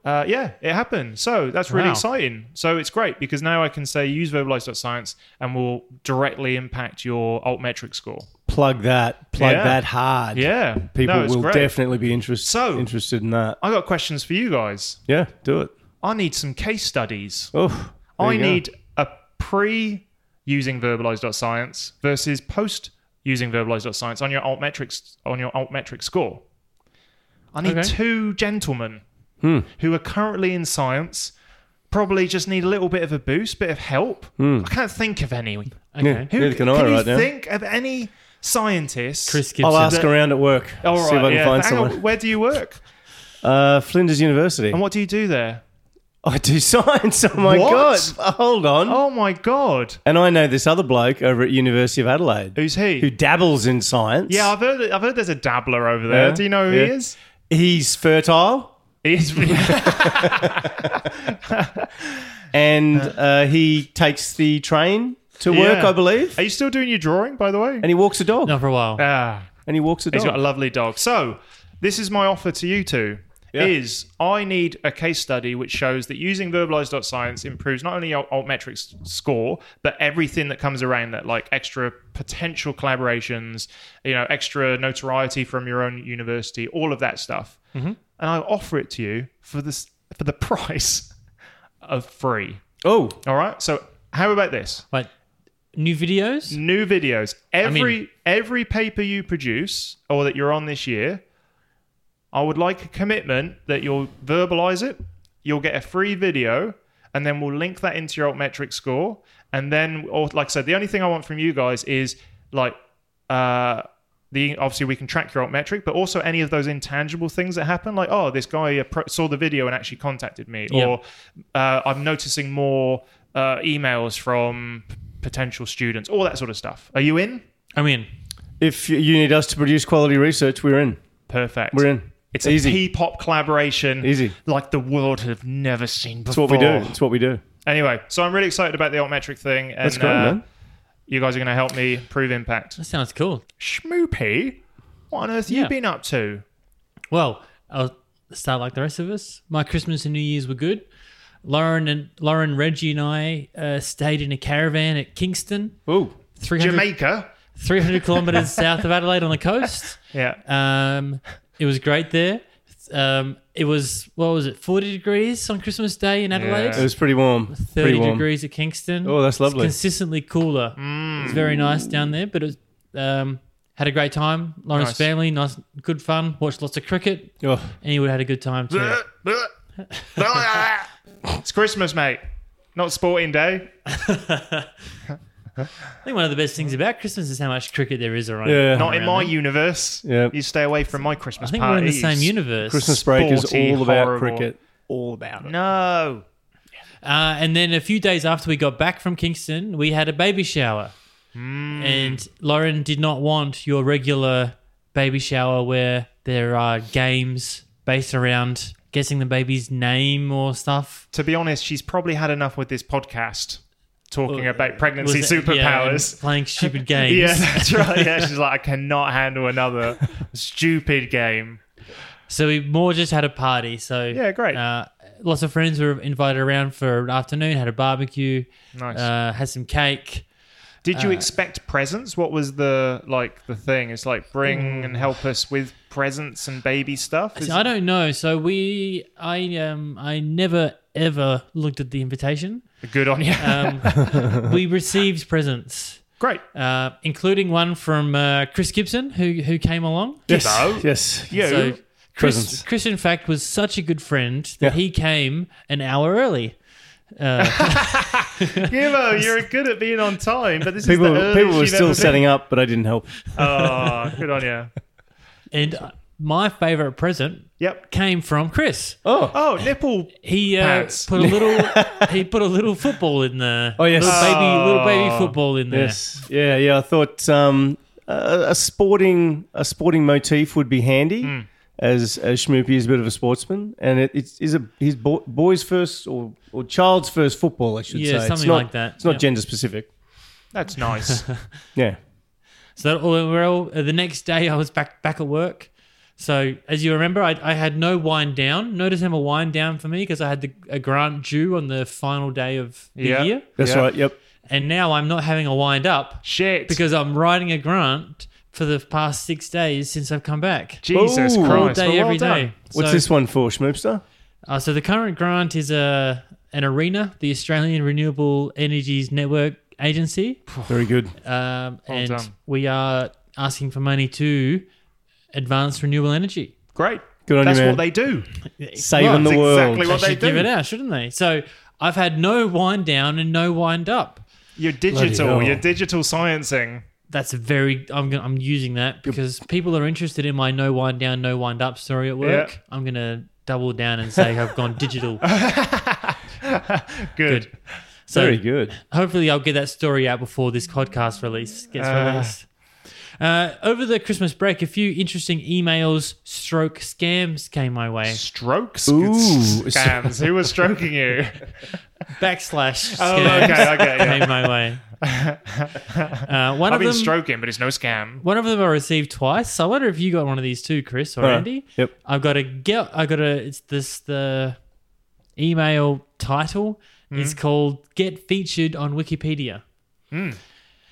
Speaker 2: uh, yeah, it happened. So that's really
Speaker 4: Wow.
Speaker 2: exciting. So it's great because now I can say use verbalize.science and will directly impact your altmetric score.
Speaker 1: Plug that. Plug
Speaker 2: Yeah.
Speaker 1: that hard.
Speaker 2: Yeah.
Speaker 1: People
Speaker 2: No, it's
Speaker 1: will
Speaker 2: great.
Speaker 1: definitely be interest,
Speaker 2: So-
Speaker 1: interested in that.
Speaker 2: I got questions for you guys.
Speaker 1: Yeah, do it.
Speaker 2: I need some case studies.
Speaker 1: Oh, there
Speaker 2: I
Speaker 1: you go.
Speaker 2: need a pre using verbalize.science versus post using verbalize.science on your altmetrics on your altmetric score. I need
Speaker 4: Okay.
Speaker 2: two gentlemen
Speaker 1: Hmm.
Speaker 2: who are currently in science, probably just need a little bit of a boost, bit of help. I can't think of any.
Speaker 4: Okay.
Speaker 2: Who,
Speaker 1: Hmm. Neither
Speaker 2: can
Speaker 1: can I
Speaker 2: you
Speaker 1: right now.
Speaker 2: think of any scientists?
Speaker 4: Chris Gibson.
Speaker 1: I'll ask around at work.
Speaker 2: All right,
Speaker 1: see if I can
Speaker 2: yeah.
Speaker 1: find
Speaker 2: Hang on,
Speaker 1: someone.
Speaker 2: where do you work?
Speaker 1: Uh, Flinders University.
Speaker 2: And what do you do there?
Speaker 1: I do science. Oh my
Speaker 2: What?
Speaker 1: god! Hold on.
Speaker 2: Oh my god.
Speaker 1: And I know this other bloke over at University of Adelaide
Speaker 2: Who's he?
Speaker 1: who dabbles in science.
Speaker 2: Yeah, I've heard. I've heard there's a dabbler over there.
Speaker 1: Yeah,
Speaker 2: Do you know who he
Speaker 1: yeah.
Speaker 2: is?
Speaker 1: he's fertile
Speaker 2: He is.
Speaker 1: and uh, he takes the train to work,
Speaker 2: Yeah.
Speaker 1: I believe,
Speaker 2: Are you still doing your drawing, by the way?
Speaker 1: and Oh. he walks a dog.
Speaker 4: Not for a while.
Speaker 2: Ah,
Speaker 1: And he walks a
Speaker 2: he's
Speaker 1: dog.
Speaker 2: got a lovely dog. So, this is my offer to you two.
Speaker 1: Yeah.
Speaker 2: Is I need a case study which shows that using verbalized.science improves not only your altmetrics score, but everything that comes around that, like extra potential collaborations, you know, extra notoriety from your own university, all of that stuff.
Speaker 1: Mm-hmm.
Speaker 2: And I offer it to you for this for the price of free.
Speaker 1: oh,
Speaker 2: All right. So how about this?
Speaker 4: Wait, new videos?
Speaker 2: New videos. Every
Speaker 4: mean-
Speaker 2: every paper you produce or that you're on this year, I would like a commitment that you'll verbalize it. You'll get a free video, and then we'll link that into your altmetric score. And then, or like I said, the only thing I want from you guys is like. Uh, the, obviously, we can track your altmetric, but also any of those intangible things that happen, like oh, this guy appro- saw the video and actually contacted me,
Speaker 4: Yeah.
Speaker 2: or uh, I'm noticing more uh, emails from p- potential students, all that sort of stuff. Are you in?
Speaker 4: I'm in.
Speaker 1: if you you need us to produce quality research, we're in.
Speaker 2: Perfect.
Speaker 1: We're in.
Speaker 2: It's
Speaker 1: easy.
Speaker 2: a P-pop collaboration,
Speaker 1: Easy.
Speaker 2: like the world have never seen
Speaker 1: It's
Speaker 2: before.
Speaker 1: what we do. It's what we do.
Speaker 2: Anyway, so I'm really excited about the altmetric thing, and
Speaker 1: That's great,
Speaker 2: uh,
Speaker 1: man.
Speaker 2: you guys are going to help me prove impact.
Speaker 4: That sounds cool.
Speaker 2: Schmoopy, what on earth have
Speaker 4: Yeah.
Speaker 2: you been up to?
Speaker 4: Well, I'll start like the rest of us. My Christmas and New Year's were good. Lauren and Lauren, Reggie, and I uh, stayed in a caravan at Kingston,
Speaker 2: Ooh.
Speaker 4: 300,
Speaker 2: Jamaica.
Speaker 4: 300 kilometers south of Adelaide on the coast.
Speaker 2: Yeah.
Speaker 4: Um, it was great there. Um, it was what was it? Forty degrees on Christmas Day in Adelaide.
Speaker 2: Yeah.
Speaker 1: It was pretty warm.
Speaker 4: Thirty
Speaker 1: pretty warm.
Speaker 4: degrees at Kingston.
Speaker 1: Oh, that's
Speaker 4: It's
Speaker 1: lovely. Mm.
Speaker 4: consistently cooler. It's very nice down there. But it was, um, had a great time. Lawrence
Speaker 2: Nice.
Speaker 4: family, nice, good fun. Watched lots of cricket,
Speaker 1: Oh,
Speaker 4: and you would have had a good time too.
Speaker 2: it's Christmas, mate. Not sporting day.
Speaker 4: I think one of the best things about Christmas is how much cricket there is around.
Speaker 1: Yeah.
Speaker 2: Not in
Speaker 4: around
Speaker 2: my
Speaker 4: there.
Speaker 2: universe.
Speaker 1: Yeah.
Speaker 2: You stay away from my Christmas
Speaker 4: I think we're in
Speaker 2: parties.
Speaker 4: the same universe.
Speaker 1: Christmas break is
Speaker 2: Sporty,
Speaker 1: all about
Speaker 2: horrible.
Speaker 1: cricket. All about it.
Speaker 2: No.
Speaker 4: Uh, and then a few days after we got back from Kingston, we had a baby shower.
Speaker 2: Hmm.
Speaker 4: And Lauren did not want your regular baby shower where there are games based around guessing the baby's name or stuff.
Speaker 2: To be honest, she's probably had enough with this podcast talking about
Speaker 4: uh, Was
Speaker 2: pregnancy
Speaker 4: it- yeah, and
Speaker 2: superpowers.
Speaker 4: playing stupid games.
Speaker 2: Yeah, that's right. Yeah, she's like, I cannot handle another stupid game.
Speaker 4: So we more just had a party. So
Speaker 2: Yeah, great.
Speaker 4: Uh, lots of friends were invited around for an afternoon, had a barbecue,
Speaker 2: Nice.
Speaker 4: uh, had some cake.
Speaker 2: Did you
Speaker 1: uh,
Speaker 2: expect presents? What was the like the thing? It's like
Speaker 1: Mm.
Speaker 2: bring and help us with presents and baby stuff. Is-
Speaker 4: See, I don't know. So we, I, um, I never ever looked at the invitation.
Speaker 2: Good on
Speaker 1: Uh,
Speaker 2: you.
Speaker 4: Um, we received presents,
Speaker 2: Great.
Speaker 4: uh, including one from uh, Chris Gibson, who who came along.
Speaker 1: Yes.
Speaker 2: No.
Speaker 1: Yes.
Speaker 2: You.
Speaker 4: So Chris,
Speaker 1: Presents.
Speaker 4: Chris, in fact, was such a good friend
Speaker 1: Yeah.
Speaker 4: that he came an hour early.
Speaker 2: Gillo, you're good at being on time, but this is
Speaker 1: People,
Speaker 2: the earliest
Speaker 1: people were
Speaker 2: you've
Speaker 1: still
Speaker 2: ever
Speaker 1: setting up, but I didn't help.
Speaker 2: Been. Oh, good on you.
Speaker 4: And uh, my favorite present
Speaker 2: Yep.
Speaker 4: came from Chris.
Speaker 1: Oh,
Speaker 2: Oh, nipple.
Speaker 4: He uh,
Speaker 2: Pants.
Speaker 4: put a little he put a little football in there.
Speaker 1: Oh, yes.
Speaker 4: little baby, little baby
Speaker 2: Oh.
Speaker 4: football in there.
Speaker 1: yes, yeah, yeah. I thought um, a, a sporting a sporting motif would be handy,
Speaker 4: Hmm.
Speaker 1: as as Schmoopy is a bit of a sportsman, and it, it's is a his bo- boy's first or or child's first football, I should
Speaker 4: Yeah,
Speaker 1: say. it's
Speaker 4: something
Speaker 1: not,
Speaker 4: like that.
Speaker 1: It's not
Speaker 4: Yeah.
Speaker 1: gender specific.
Speaker 2: That's nice.
Speaker 1: Yeah.
Speaker 4: So that- oh, we're all, uh, the next day, I was back back at work. So as you remember, I, I had no wind down. No December wind down for me because I had the, a grant due on the final day of the
Speaker 2: Yeah.
Speaker 4: year,
Speaker 1: That's
Speaker 2: Yeah.
Speaker 1: right. Yep.
Speaker 4: and now I'm not having a wind up
Speaker 2: Shit.
Speaker 4: because I'm writing a grant for the past six days since I've come back.
Speaker 1: Ooh.
Speaker 2: Jesus Christ.
Speaker 1: All
Speaker 4: All day
Speaker 2: well, well
Speaker 4: every day.
Speaker 2: done.
Speaker 1: What's
Speaker 4: so,
Speaker 1: this one for, Schmoopster?
Speaker 4: Uh, so the current grant is a an arena, the Australian Renewable Energies Network Agency.
Speaker 1: Very good.
Speaker 4: Um, and
Speaker 2: done.
Speaker 4: we are asking for money to advance renewable energy.
Speaker 2: Great.
Speaker 1: Good on
Speaker 2: That's
Speaker 1: you, man.
Speaker 2: what they do.
Speaker 1: Saving
Speaker 4: Well,
Speaker 1: the
Speaker 2: that's
Speaker 1: world.
Speaker 2: exactly
Speaker 4: They
Speaker 2: what
Speaker 4: should
Speaker 2: do.
Speaker 4: give it out, shouldn't they? So I've had no wind down and no wind up.
Speaker 2: You're
Speaker 1: hell.
Speaker 2: digital. You're digital sciencing.
Speaker 4: That's a very. I'm gonna, I'm using that because people are interested in my no wind down, no wind up story at work.
Speaker 2: Yeah.
Speaker 4: I'm gonna double down and say I've gone digital.
Speaker 2: Good.
Speaker 4: Good. So
Speaker 1: Very good.
Speaker 4: hopefully I'll get that story out before this podcast release gets
Speaker 2: Uh.
Speaker 4: released. Uh, over the Christmas break, a few interesting emails, stroke scams came my way.
Speaker 2: Strokes.
Speaker 1: Ooh.
Speaker 2: Scams. Who was stroking you?
Speaker 4: Backslash
Speaker 2: Oh,
Speaker 4: scams
Speaker 2: okay, okay, yeah.
Speaker 4: came my way. Uh, one
Speaker 2: I've
Speaker 4: of
Speaker 2: been
Speaker 4: them,
Speaker 2: stroking, but it's no scam.
Speaker 4: one of them I received twice. So I wonder if you got one of these too, Chris or
Speaker 1: Huh.
Speaker 4: Andy.
Speaker 1: Yep.
Speaker 4: I've got a get. I got a. It's this the email title.
Speaker 2: Hmm.
Speaker 4: is called "Get Featured on Wikipedia."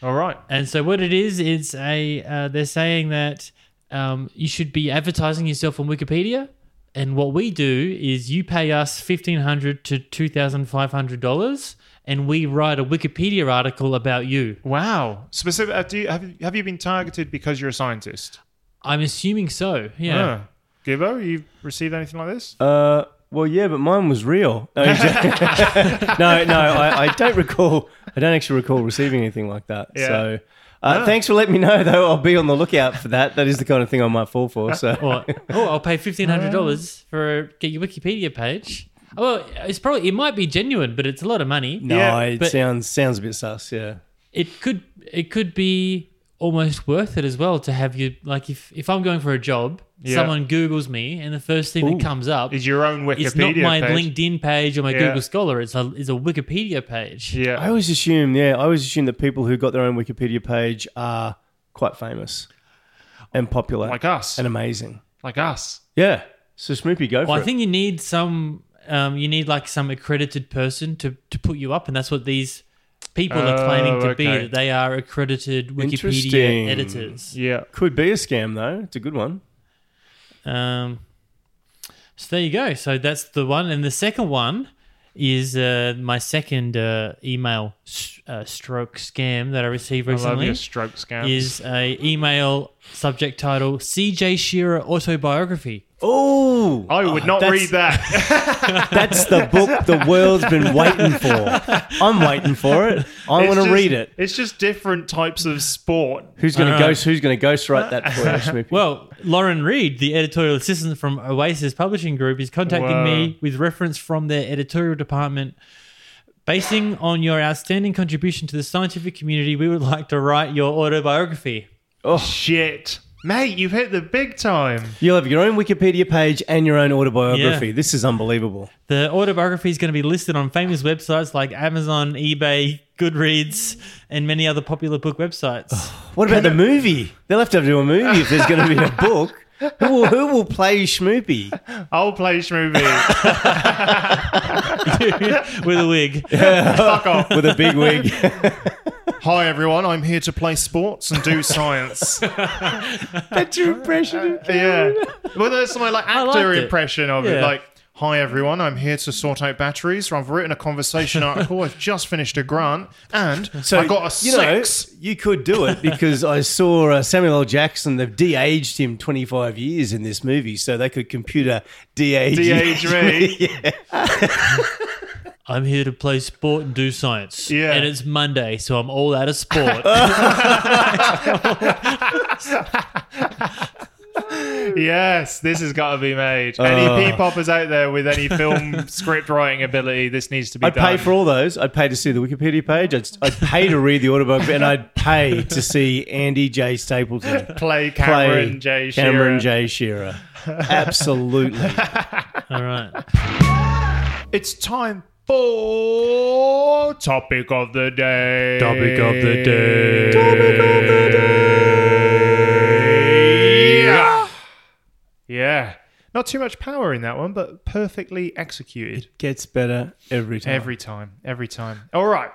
Speaker 2: All right.
Speaker 4: And so what it is, it's a uh, they're saying that um, you should be advertising yourself on Wikipedia. And what we do is you pay us fifteen hundred to two thousand five hundred dollars, and we write a Wikipedia article about you.
Speaker 2: Wow. Specific. Uh, do you, have, you- have you been targeted because you're a scientist?
Speaker 4: I'm assuming so. Yeah.
Speaker 2: Huh. Gibbo, you received anything like this?
Speaker 1: Uh, well, yeah, but mine was real. No, no, no, I, I don't recall. I don't actually recall receiving anything like that.
Speaker 2: Yeah. Ah.
Speaker 1: So, uh, thanks for letting me know, though. I'll be on the lookout for that. That is the kind of thing I might fall for. So,
Speaker 4: Or
Speaker 2: Ah.
Speaker 4: oh, I'll pay fifteen hundred dollars for get your Wikipedia page. Oh, Well, it's probably it might be genuine, but it's a lot of money.
Speaker 1: no,
Speaker 2: Yeah,
Speaker 1: it
Speaker 4: but-
Speaker 1: sounds sounds a bit sus. Yeah,
Speaker 4: it could it could be almost worth it as well to have you like if if I'm going for a job,
Speaker 2: Yeah.
Speaker 4: someone Googles me and the first thing that comes up
Speaker 2: Is your own Wikipedia
Speaker 4: it's not my
Speaker 2: page?
Speaker 4: LinkedIn page or my
Speaker 2: Yeah.
Speaker 4: Google Scholar. It's a it's a Wikipedia page.
Speaker 1: I
Speaker 2: Yeah.
Speaker 1: always assume. Yeah, I always assume that people who got their own Wikipedia page are quite famous and popular,
Speaker 2: Like
Speaker 1: Oh.
Speaker 2: us.
Speaker 1: and amazing.
Speaker 2: Like us.
Speaker 1: Yeah. So Smoopy, go for
Speaker 4: Well, I
Speaker 1: it.
Speaker 4: think you need some. Um, you need like some accredited person to to put you up, and that's what these people are claiming to
Speaker 2: Oh,
Speaker 4: be.
Speaker 2: okay.
Speaker 4: That they are accredited
Speaker 1: Interesting.
Speaker 4: Wikipedia editors.
Speaker 2: Yeah.
Speaker 1: Could be a scam though. It's a good one.
Speaker 4: Um, so there you go. So that's the one, and the second one is uh, my second uh, email s- uh, stroke scam that I received
Speaker 2: I love
Speaker 4: recently.
Speaker 2: your stroke scam.
Speaker 4: Is a email subject title "C.J. Shearer autobiography."
Speaker 1: Oh,
Speaker 2: I would not
Speaker 1: that's-
Speaker 2: read that.
Speaker 1: That's the book the world's been waiting for. I'm waiting for it. I
Speaker 2: It's
Speaker 1: want to
Speaker 2: just-
Speaker 1: read it.
Speaker 2: It's just different types of sport.
Speaker 1: Who's going to
Speaker 2: Uh-huh.
Speaker 4: All right.
Speaker 1: ghost? Who's going to ghostwrite that for us? Snoopy?
Speaker 4: Well, Lauren Reed, the editorial assistant from Oasis Publishing Group, is contacting
Speaker 2: Whoa.
Speaker 4: me with reference from their editorial department. Basing on your outstanding contribution to the scientific community, we would like to write your autobiography.
Speaker 2: Shit. Mate, you've hit the big time.
Speaker 1: you'll have your own Wikipedia page and your own autobiography.
Speaker 4: Yeah.
Speaker 1: This is unbelievable.
Speaker 4: The autobiography is going to be listed on famous websites like Amazon, eBay, Goodreads, and many other popular book websites.
Speaker 1: What about the movie? They'll have to do a movie if there's going to be a book. Who will, who will play Snoopy?
Speaker 2: I'll play Shmoovie.
Speaker 4: with a wig.
Speaker 2: Fuck off.
Speaker 1: with a big wig?
Speaker 2: Hi, everyone. I'm here to play sports and do science.
Speaker 1: That's your impression.
Speaker 2: yeah. Well, that's my like
Speaker 4: liked
Speaker 2: actor
Speaker 4: it.
Speaker 2: impression of it.
Speaker 4: Yeah.
Speaker 2: Like, hi, everyone. I'm here to sort out batteries. I've written a conversation article. I've just finished a grant, and I got a
Speaker 1: you know,
Speaker 2: six.
Speaker 1: you could do it because I saw uh, Samuel L. Jackson. They've de-aged him 25 years in this movie, so they could computer de-age.
Speaker 2: De-age me.
Speaker 1: yeah.
Speaker 4: I'm here to play sport and do science.
Speaker 2: Yeah.
Speaker 4: And it's Monday, so I'm all out of sport.
Speaker 2: Yes, this has got to be
Speaker 1: Uh.
Speaker 2: made. Any P-poppers out there with any film script writing ability, this needs to be
Speaker 1: I'd
Speaker 2: done.
Speaker 1: pay for all those. I'd pay to see the Wikipedia page. I'd, I'd pay to read the autobiography, and I'd pay to see Andy J. Stapleton play
Speaker 2: play Cameron J. Shearer.
Speaker 1: Cameron J. Shearer. Absolutely.
Speaker 4: all right.
Speaker 2: It's time for topic of the day.
Speaker 4: Topic of the day.
Speaker 2: Topic of the day. Yeah. Yeah. Not too much power in that one, but perfectly executed.
Speaker 1: Gets better every time.
Speaker 2: Every time. Every time. All right.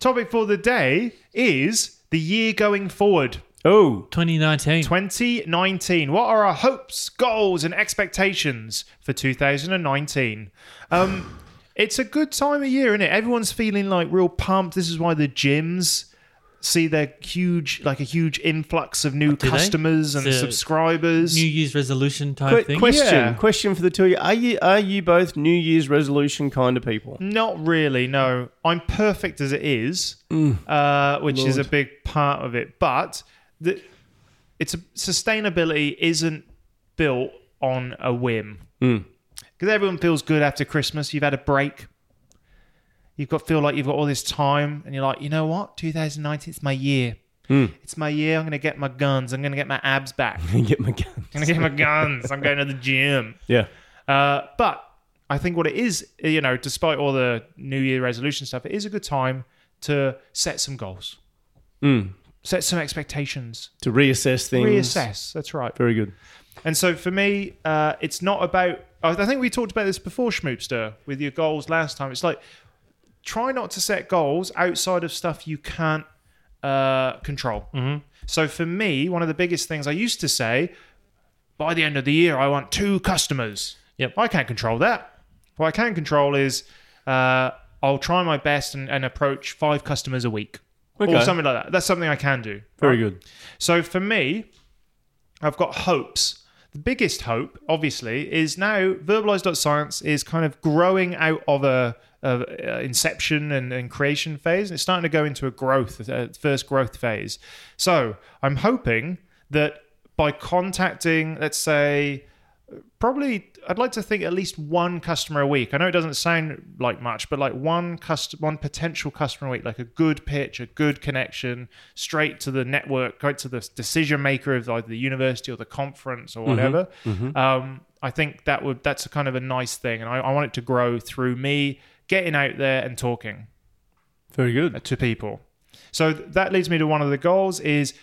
Speaker 2: Topic for the day is the year going forward.
Speaker 1: oh,
Speaker 4: 2019.
Speaker 2: 2019. What are our hopes, goals, and expectations for 2019? Um, it's a good time of year, isn't it? Everyone's feeling like real pumped. This is why the gyms see their huge, like a huge influx of new
Speaker 4: Oh, they?
Speaker 2: customers and
Speaker 4: The
Speaker 2: subscribers.
Speaker 4: New Year's resolution type
Speaker 1: Quick
Speaker 4: thing.
Speaker 1: question.
Speaker 2: Yeah.
Speaker 1: Question for the two of you. Are you are you both New Year's resolution kind of people?
Speaker 2: Not really, no. I'm perfect as it is, uh, which is a big part of it. But the, it's a, sustainability isn't built on a whim because everyone feels good after Christmas. You've had a break. You've got feel like you've got all this time, and you're like, you know what? 2019 is my year. It's my year. I'm gonna get my guns. I'm gonna get my abs back. I'm
Speaker 1: Get my gun.
Speaker 2: gonna get my guns. I'm going to the gym.
Speaker 1: Yeah.
Speaker 2: Uh, but I think what it is, you know, despite all the New Year resolution stuff, it is a good time to set some goals, set some expectations,
Speaker 1: To reassess things.
Speaker 2: reassess. That's right.
Speaker 1: Very good.
Speaker 2: And so for me, uh, it's not about. I I think we talked about this before, Schmoopster, with your goals last time. It's like try not to set goals outside of stuff you can't uh, control. So for me, one of the biggest things I used to say, by the end of the year, I want two customers.
Speaker 4: Yep.
Speaker 2: I can't control that. What I can control is uh, I'll try my best and, and approach five customers a week. Or
Speaker 1: Okay.
Speaker 2: something like that. That's something I can do.
Speaker 1: Very
Speaker 2: right?
Speaker 1: good.
Speaker 2: So for me, I've got hopes. The biggest hope, obviously, is now verbalize.science is kind of growing out of a, of, uh, inception and, and creation phase. It's starting to go into a growth, uh, first growth phase. So I'm hoping that by contacting, let's say, probably I'd like to think at least one customer a week. I know it doesn't sound like much, but like one cust- one potential customer a week, like a good pitch, a good connection, straight to the network, right to the decision maker of either the university or the conference
Speaker 1: Mm-hmm.
Speaker 2: or whatever. Um, I think that would that's a kind of a nice thing, and I, I want it to grow through me getting out there and talking
Speaker 1: Very good.
Speaker 2: to people. So th- that leads me to one of the goals is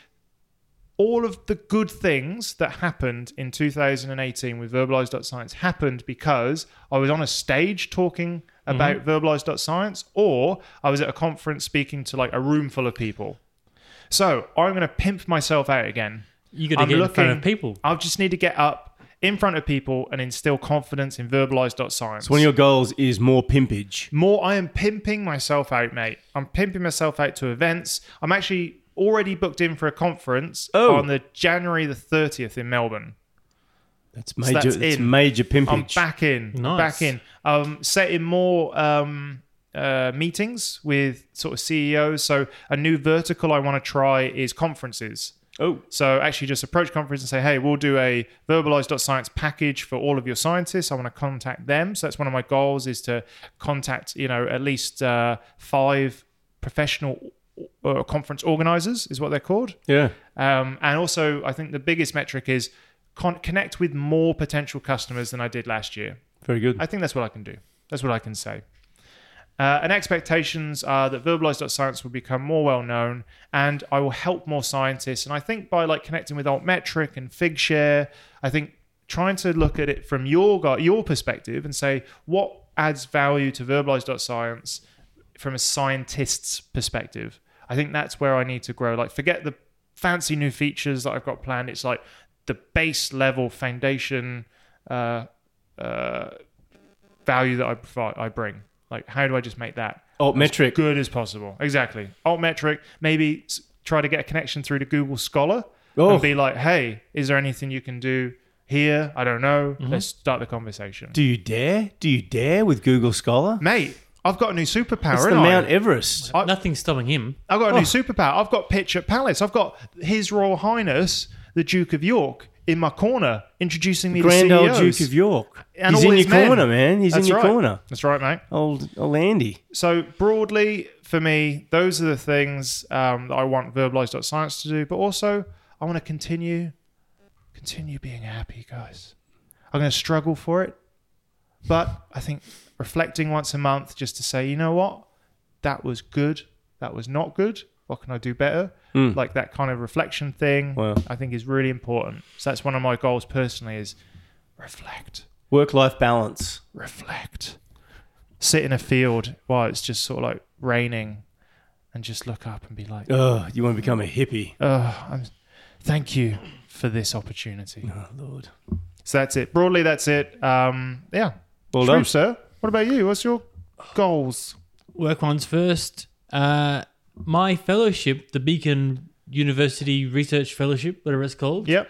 Speaker 2: all of the good things that happened in 2018 with verbalize.science happened because I was on a stage talking
Speaker 4: Mm-hmm.
Speaker 2: about verbalize.science or I was at a conference speaking to like a room full of people. So I'm going to pimp myself out again.
Speaker 4: You got to
Speaker 2: I'm
Speaker 4: get in front
Speaker 2: looking-
Speaker 4: of people.
Speaker 2: I just need to get up in front of people and instill confidence in verbalize.science.
Speaker 1: So one of your goals is more pimpage.
Speaker 2: More, I am pimping myself out, mate. I'm pimping myself out to events. I'm actually already booked in for a conference
Speaker 1: Oh.
Speaker 2: on the January the 30th in Melbourne.
Speaker 1: That's major.
Speaker 2: that's
Speaker 1: that's
Speaker 2: in.
Speaker 1: major
Speaker 2: I'm
Speaker 1: pimpage.
Speaker 2: back in. I'm
Speaker 4: Nice.
Speaker 2: Back in. Um, setting more um, uh, meetings with sort of CEOs. So a new vertical I want to try is conferences.
Speaker 1: Oh,
Speaker 2: So actually just approach conference and say, hey, we'll do a verbalize.science package for all of your scientists. I want to contact them. So that's one of my goals is to contact, you know, at least uh, five professional uh, conference organizers is what they're called.
Speaker 1: yeah.
Speaker 2: Um, and also, I think the biggest metric is con- connect with more potential customers than I did last year.
Speaker 1: Very good.
Speaker 2: I think that's what I can do. That's what I can say. Uh, and expectations are that verbalize.science will become more well known and I will help more scientists. And I think by like connecting with Altmetric and Figshare, I think trying to look at it from your gu- your perspective and say what adds value to verbalize.science from a scientist's perspective. I think that's where I need to grow. Like, forget the fancy new features that I've got planned. It's like the base level foundation uh, uh, value that I provide, I bring. Like, how do I just make that
Speaker 1: Alt metric.
Speaker 2: good as possible? Exactly. Altmetric. Maybe s- try to get a connection through to Google Scholar
Speaker 1: Oh.
Speaker 2: and be like, hey, is there anything you can do here? I don't know. Let's start the conversation,
Speaker 1: Do you dare? Do you dare with Google Scholar?
Speaker 2: mate. I've got a new superpower.
Speaker 1: That's the
Speaker 2: ain't I?
Speaker 1: Mount E- Oh. Everest.
Speaker 2: I-
Speaker 4: Nothing's stopping him.
Speaker 2: I've got a new superpower. I've got pitch at Palace. I've got His Royal Highness, the Duke of York, in my corner, introducing me
Speaker 1: Grand
Speaker 2: to
Speaker 1: old
Speaker 2: CEOs.
Speaker 1: Duke of E York.
Speaker 2: And
Speaker 1: He's
Speaker 2: all
Speaker 1: in
Speaker 2: his
Speaker 1: your
Speaker 2: men.
Speaker 1: corner, man. He's
Speaker 2: That's
Speaker 1: in your
Speaker 2: right.
Speaker 1: corner.
Speaker 2: That's right, mate.
Speaker 1: Old, old Andy.
Speaker 2: So broadly, for me, those are the things um, that I want Verbalize.science to do. But also, I want to continue, continue being happy, guys. I'm going to struggle for it, but I think reflecting once a month just to say, you know what, that was good, that was not good. What can I do better? Like that kind of reflection thing,
Speaker 1: Wow.
Speaker 2: I think is really important. So that's one of my goals personally: is reflect
Speaker 1: Work-life balance.
Speaker 2: reflect. Sit in a field while it's just sort of like raining and just look up and be like,
Speaker 1: Oh, you want to become a hippie?
Speaker 2: oh, I'm, thank you for this opportunity.
Speaker 1: Oh, Lord.
Speaker 2: So that's it. Broadly, that's it. Um, yeah.
Speaker 1: Well
Speaker 2: True,
Speaker 1: done.
Speaker 2: sir. What about you? What's your goals?
Speaker 4: Work ones first. Uh, my fellowship, the Beacon University Research Fellowship, whatever it's called,
Speaker 2: Yep.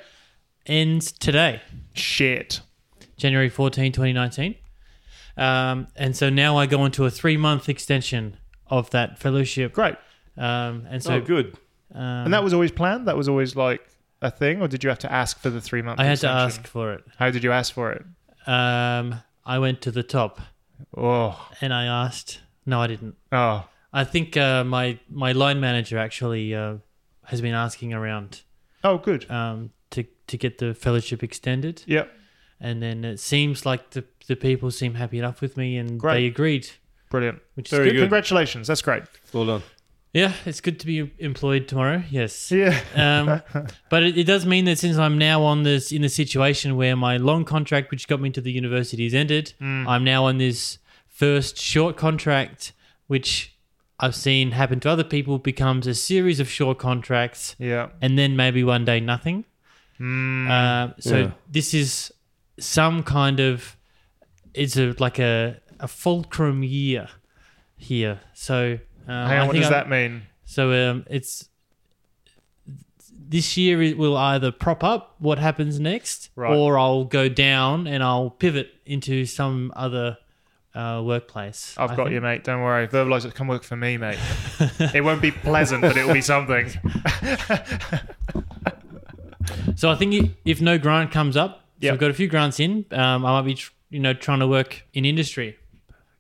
Speaker 4: ends today.
Speaker 2: Shit.
Speaker 4: January 14, 2019. Um, and so now I go into a three month extension of that fellowship.
Speaker 2: Great. Oh,
Speaker 4: Um, and so
Speaker 1: So good.
Speaker 4: um,
Speaker 2: And that was always planned? That was always like a thing? Or did you have to ask for the three month
Speaker 4: I had to ask for it.
Speaker 2: How did you ask for it?
Speaker 4: Um, I went to the top
Speaker 2: Oh.
Speaker 4: and I asked. No, I didn't.
Speaker 2: Oh.
Speaker 4: I think uh, my, my line manager actually uh, has been asking around
Speaker 2: Oh, good.
Speaker 4: um, to, to get the fellowship extended.
Speaker 2: Yep.
Speaker 4: And then it seems like the, the people seem happy enough with me and
Speaker 2: Great.
Speaker 4: they agreed,
Speaker 2: Brilliant.
Speaker 4: which is
Speaker 1: Very
Speaker 4: good.
Speaker 1: good.
Speaker 2: Congratulations. That's great.
Speaker 1: Well done.
Speaker 4: Yeah, it's good to be employed tomorrow. Yes.
Speaker 2: Yeah.
Speaker 4: um, but it, it does mean that since I'm now on this in a situation where my long contract, which got me to the university, is ended,
Speaker 2: Mm.
Speaker 4: I'm now on this first short contract, which I've seen happen to other people, becomes a series of short contracts,
Speaker 2: Yeah.
Speaker 4: and then maybe one day nothing.
Speaker 2: Hmm.
Speaker 4: Uh, so
Speaker 1: Yeah.
Speaker 4: this is some kind of it's a like a a fulcrum year here. So uh,
Speaker 2: Hang
Speaker 4: I
Speaker 2: on. What
Speaker 4: think
Speaker 2: does
Speaker 4: I'm-
Speaker 2: that mean?
Speaker 4: so um, it's this year it will either prop up what happens next,
Speaker 2: Right.
Speaker 4: or I'll go down and I'll pivot into some other uh, workplace.
Speaker 2: I've
Speaker 4: I
Speaker 2: got
Speaker 4: think.
Speaker 2: you, mate. Don't worry. Verbalize it. Come work for me, mate. it won't be pleasant, but it'll be something.
Speaker 4: So I think if, if no grant comes up, so
Speaker 2: Yep.
Speaker 4: I've got a few grants in. Um, I might be tr- you know trying to work in industry.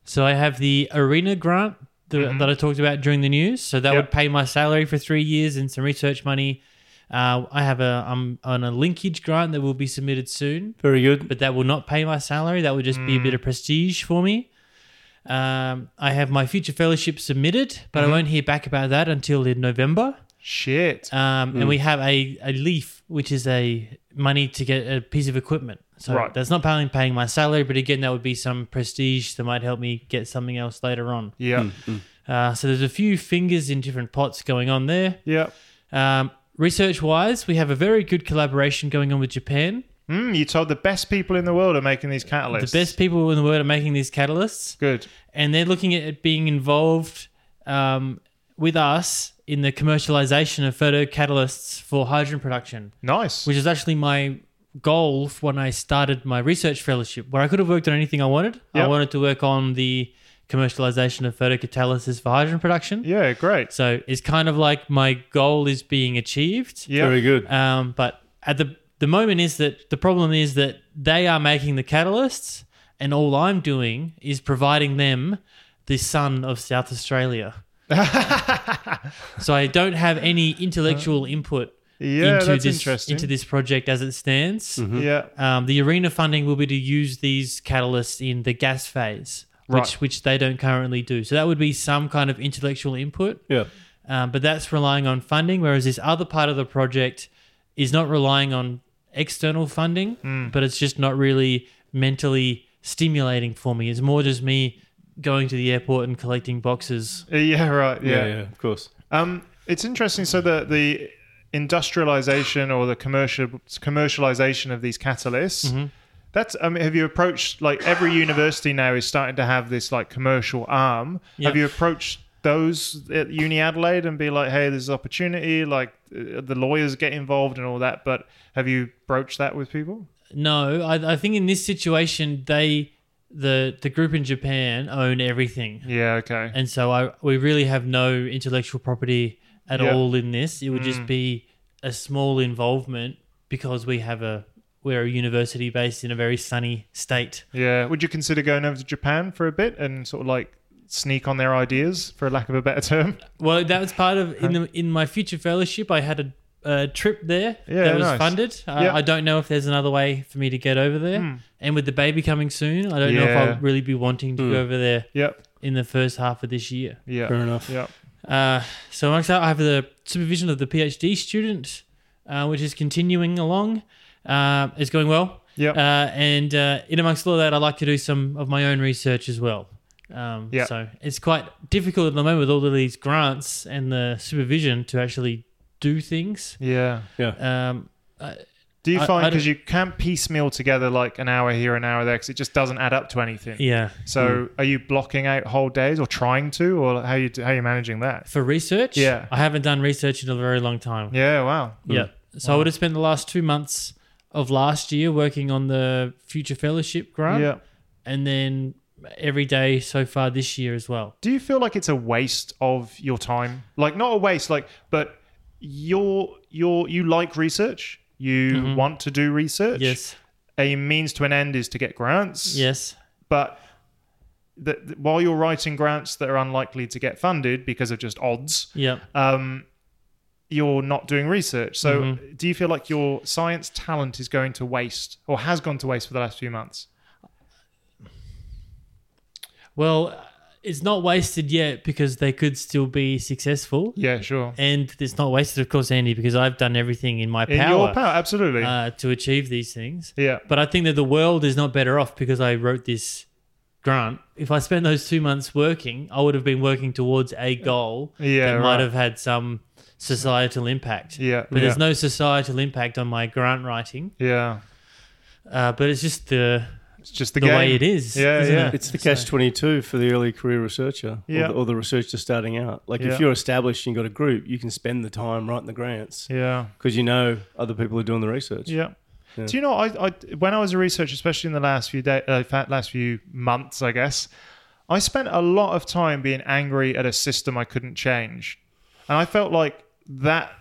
Speaker 4: So I have the arena grant that, that I talked about during the news. So that
Speaker 2: Yep.
Speaker 4: would pay my salary for three years and some research money. Uh, I have a I'm on a linkage grant that will be submitted soon.
Speaker 1: Very good.
Speaker 4: but that will not pay my salary. That would just be a bit of prestige for me. Um, I have my future fellowship submitted, but I won't hear back about that until in November.
Speaker 2: Shit.
Speaker 4: um, and we have a, a leaf, which is a money to get a piece of equipment. So
Speaker 2: Right.
Speaker 4: that's not paying paying my salary, but again, that would be some prestige that might help me get something else later on.
Speaker 2: Yeah.
Speaker 4: Uh, so there's a few fingers in different pots going on there.
Speaker 2: Yeah.
Speaker 4: Um, research wise, we have a very good collaboration going on with Japan.
Speaker 2: Mm, you told the best people in the world are making these catalysts.
Speaker 4: The best people in the world are making these catalysts,
Speaker 2: Good.
Speaker 4: and they're looking at it being involved um, with us in the commercialization of photocatalysts for hydrogen production,
Speaker 2: Nice.
Speaker 4: which is actually my goal for when I started my research fellowship, where I could have worked on anything I wanted. I
Speaker 2: Yep.
Speaker 4: wanted to work on the commercialization of photocatalysis for hydrogen production.
Speaker 2: yeah. Great.
Speaker 4: So it's kind of like my goal is being achieved.
Speaker 2: Yeah.
Speaker 1: Very good.
Speaker 4: Um, but at the the moment is that the problem is that they are making the catalysts, and all I'm doing is providing them the sun of South Australia. so I don't have any intellectual input
Speaker 2: Uh, Yeah,
Speaker 4: into
Speaker 2: that's
Speaker 4: this
Speaker 2: interesting. Mm-hmm.
Speaker 4: into this project as it stands.
Speaker 2: Yeah.
Speaker 4: Um, the arena funding will be to use these catalysts in the gas phase, which
Speaker 2: Right.
Speaker 4: which they don't currently do. So that would be some kind of intellectual input
Speaker 1: yeah.
Speaker 4: um, but that's relying on funding. Whereas this other part of the project is not relying on external funding, but it's just not really mentally stimulating for me. It's more just me going to the airport and collecting boxes.
Speaker 2: Yeah. Right.
Speaker 1: Yeah,
Speaker 2: Yeah.
Speaker 1: yeah, of course.
Speaker 2: Um, it's interesting. So the the industrialization or the commercial commercialization of these catalysts. That's. I mean, have you approached like every university now is starting to have this like commercial arm?
Speaker 4: Yeah.
Speaker 2: Have you approached those at Uni Adelaide and be like, hey, there's opportunity. Like uh, the lawyers get involved and all that. But have you broached that with people?
Speaker 4: No, I, I think in this situation, they the the group in Japan own everything,
Speaker 2: Yeah. Okay.
Speaker 4: and so I we really have no intellectual property at
Speaker 2: Yeah. Mm.
Speaker 4: all in this. It would just be a small involvement because we have a we're a university based in a very sunny state.
Speaker 2: yeah. Would you consider going over to Japan for a bit and sort of like sneak on their ideas, for lack of a better term?
Speaker 4: Well, that was part of in the, in my future fellowship. I had a, a trip there
Speaker 2: Yeah,
Speaker 4: that was
Speaker 2: nice.
Speaker 4: funded. Uh,
Speaker 2: Yeah. Hmm.
Speaker 4: I don't know if there's another way for me to get over there. And with the baby coming soon, I don't know if
Speaker 2: Yeah. Hmm.
Speaker 4: I'll really be wanting to go over there
Speaker 2: Yep.
Speaker 4: in the first half of this year.
Speaker 2: Yeah.
Speaker 1: Fair enough.
Speaker 2: Yeah.
Speaker 4: Uh, so amongst that, I have the supervision of the PhD student, uh, which is continuing along. Uh, it's going well.
Speaker 2: Yep.
Speaker 4: Uh, and uh, in amongst all that, I like to do some of my own research as well. Um,
Speaker 2: Yeah.
Speaker 4: So it's quite difficult at the moment with all of these grants and the supervision to actually do things.
Speaker 2: Yeah.
Speaker 4: Um,
Speaker 2: Do you
Speaker 4: I- I
Speaker 2: find
Speaker 4: don't-
Speaker 2: because you can't piecemeal together like an hour here, an hour there, because it just doesn't add up to anything?
Speaker 4: yeah.
Speaker 2: So are you blocking out whole days or trying to, or how you how are you managing that?
Speaker 4: For research,
Speaker 2: Yeah.
Speaker 4: I haven't done research in a very long time.
Speaker 2: Yeah. Wow.
Speaker 4: Yeah. So I would have spent the last two months of last year working on the future fellowship grant.
Speaker 2: Yeah.
Speaker 4: and then every day so far this year as well.
Speaker 2: Do you feel like it's a waste of your time? Like not a waste, like but you're you're you like research. You want to do research.
Speaker 4: Mm-hmm. Yes.
Speaker 2: A means to an end is to get grants.
Speaker 4: Yes.
Speaker 2: but the, the- while you're writing grants that are unlikely to get funded because of just odds,
Speaker 4: Yep.
Speaker 2: um, you're not doing research. So,
Speaker 4: Mm-hmm.
Speaker 2: do you feel like your science talent is going to waste or has gone to waste for the last few months?
Speaker 4: Well, it's not wasted yet because they could still be successful.
Speaker 2: Yeah, sure.
Speaker 4: And it's not wasted, of course, Andy, because I've done everything in my
Speaker 2: In
Speaker 4: power,
Speaker 2: your power, absolutely.
Speaker 4: uh, to achieve these things.
Speaker 2: yeah,
Speaker 4: But I think that the world is not better off because I wrote this grant. If I spent those two months working, I would have been working towards a goal
Speaker 2: Yeah,
Speaker 4: that
Speaker 2: right.
Speaker 4: might have had some societal impact.
Speaker 2: Yeah,
Speaker 4: But there's
Speaker 2: yeah.
Speaker 4: no societal impact on my grant writing.
Speaker 2: yeah.
Speaker 4: Uh, but it's just the
Speaker 2: It's just the,
Speaker 4: the
Speaker 2: game.
Speaker 4: way it is,
Speaker 2: Yeah,
Speaker 4: isn't
Speaker 2: yeah.
Speaker 4: it?
Speaker 1: It's the catch twenty two for the early career researcher
Speaker 2: Yeah.
Speaker 1: or, the, or the researcher starting out. Like
Speaker 2: Yeah.
Speaker 1: if you're established and you've got a group, you can spend the time writing the grants
Speaker 2: Yeah,
Speaker 1: because you know other people are doing the research.
Speaker 2: yeah. Do you know? I, I when I was a researcher, especially in the last few days, uh, fa- last few months, I guess, I spent a lot of time being angry at a system I couldn't change, and I felt like that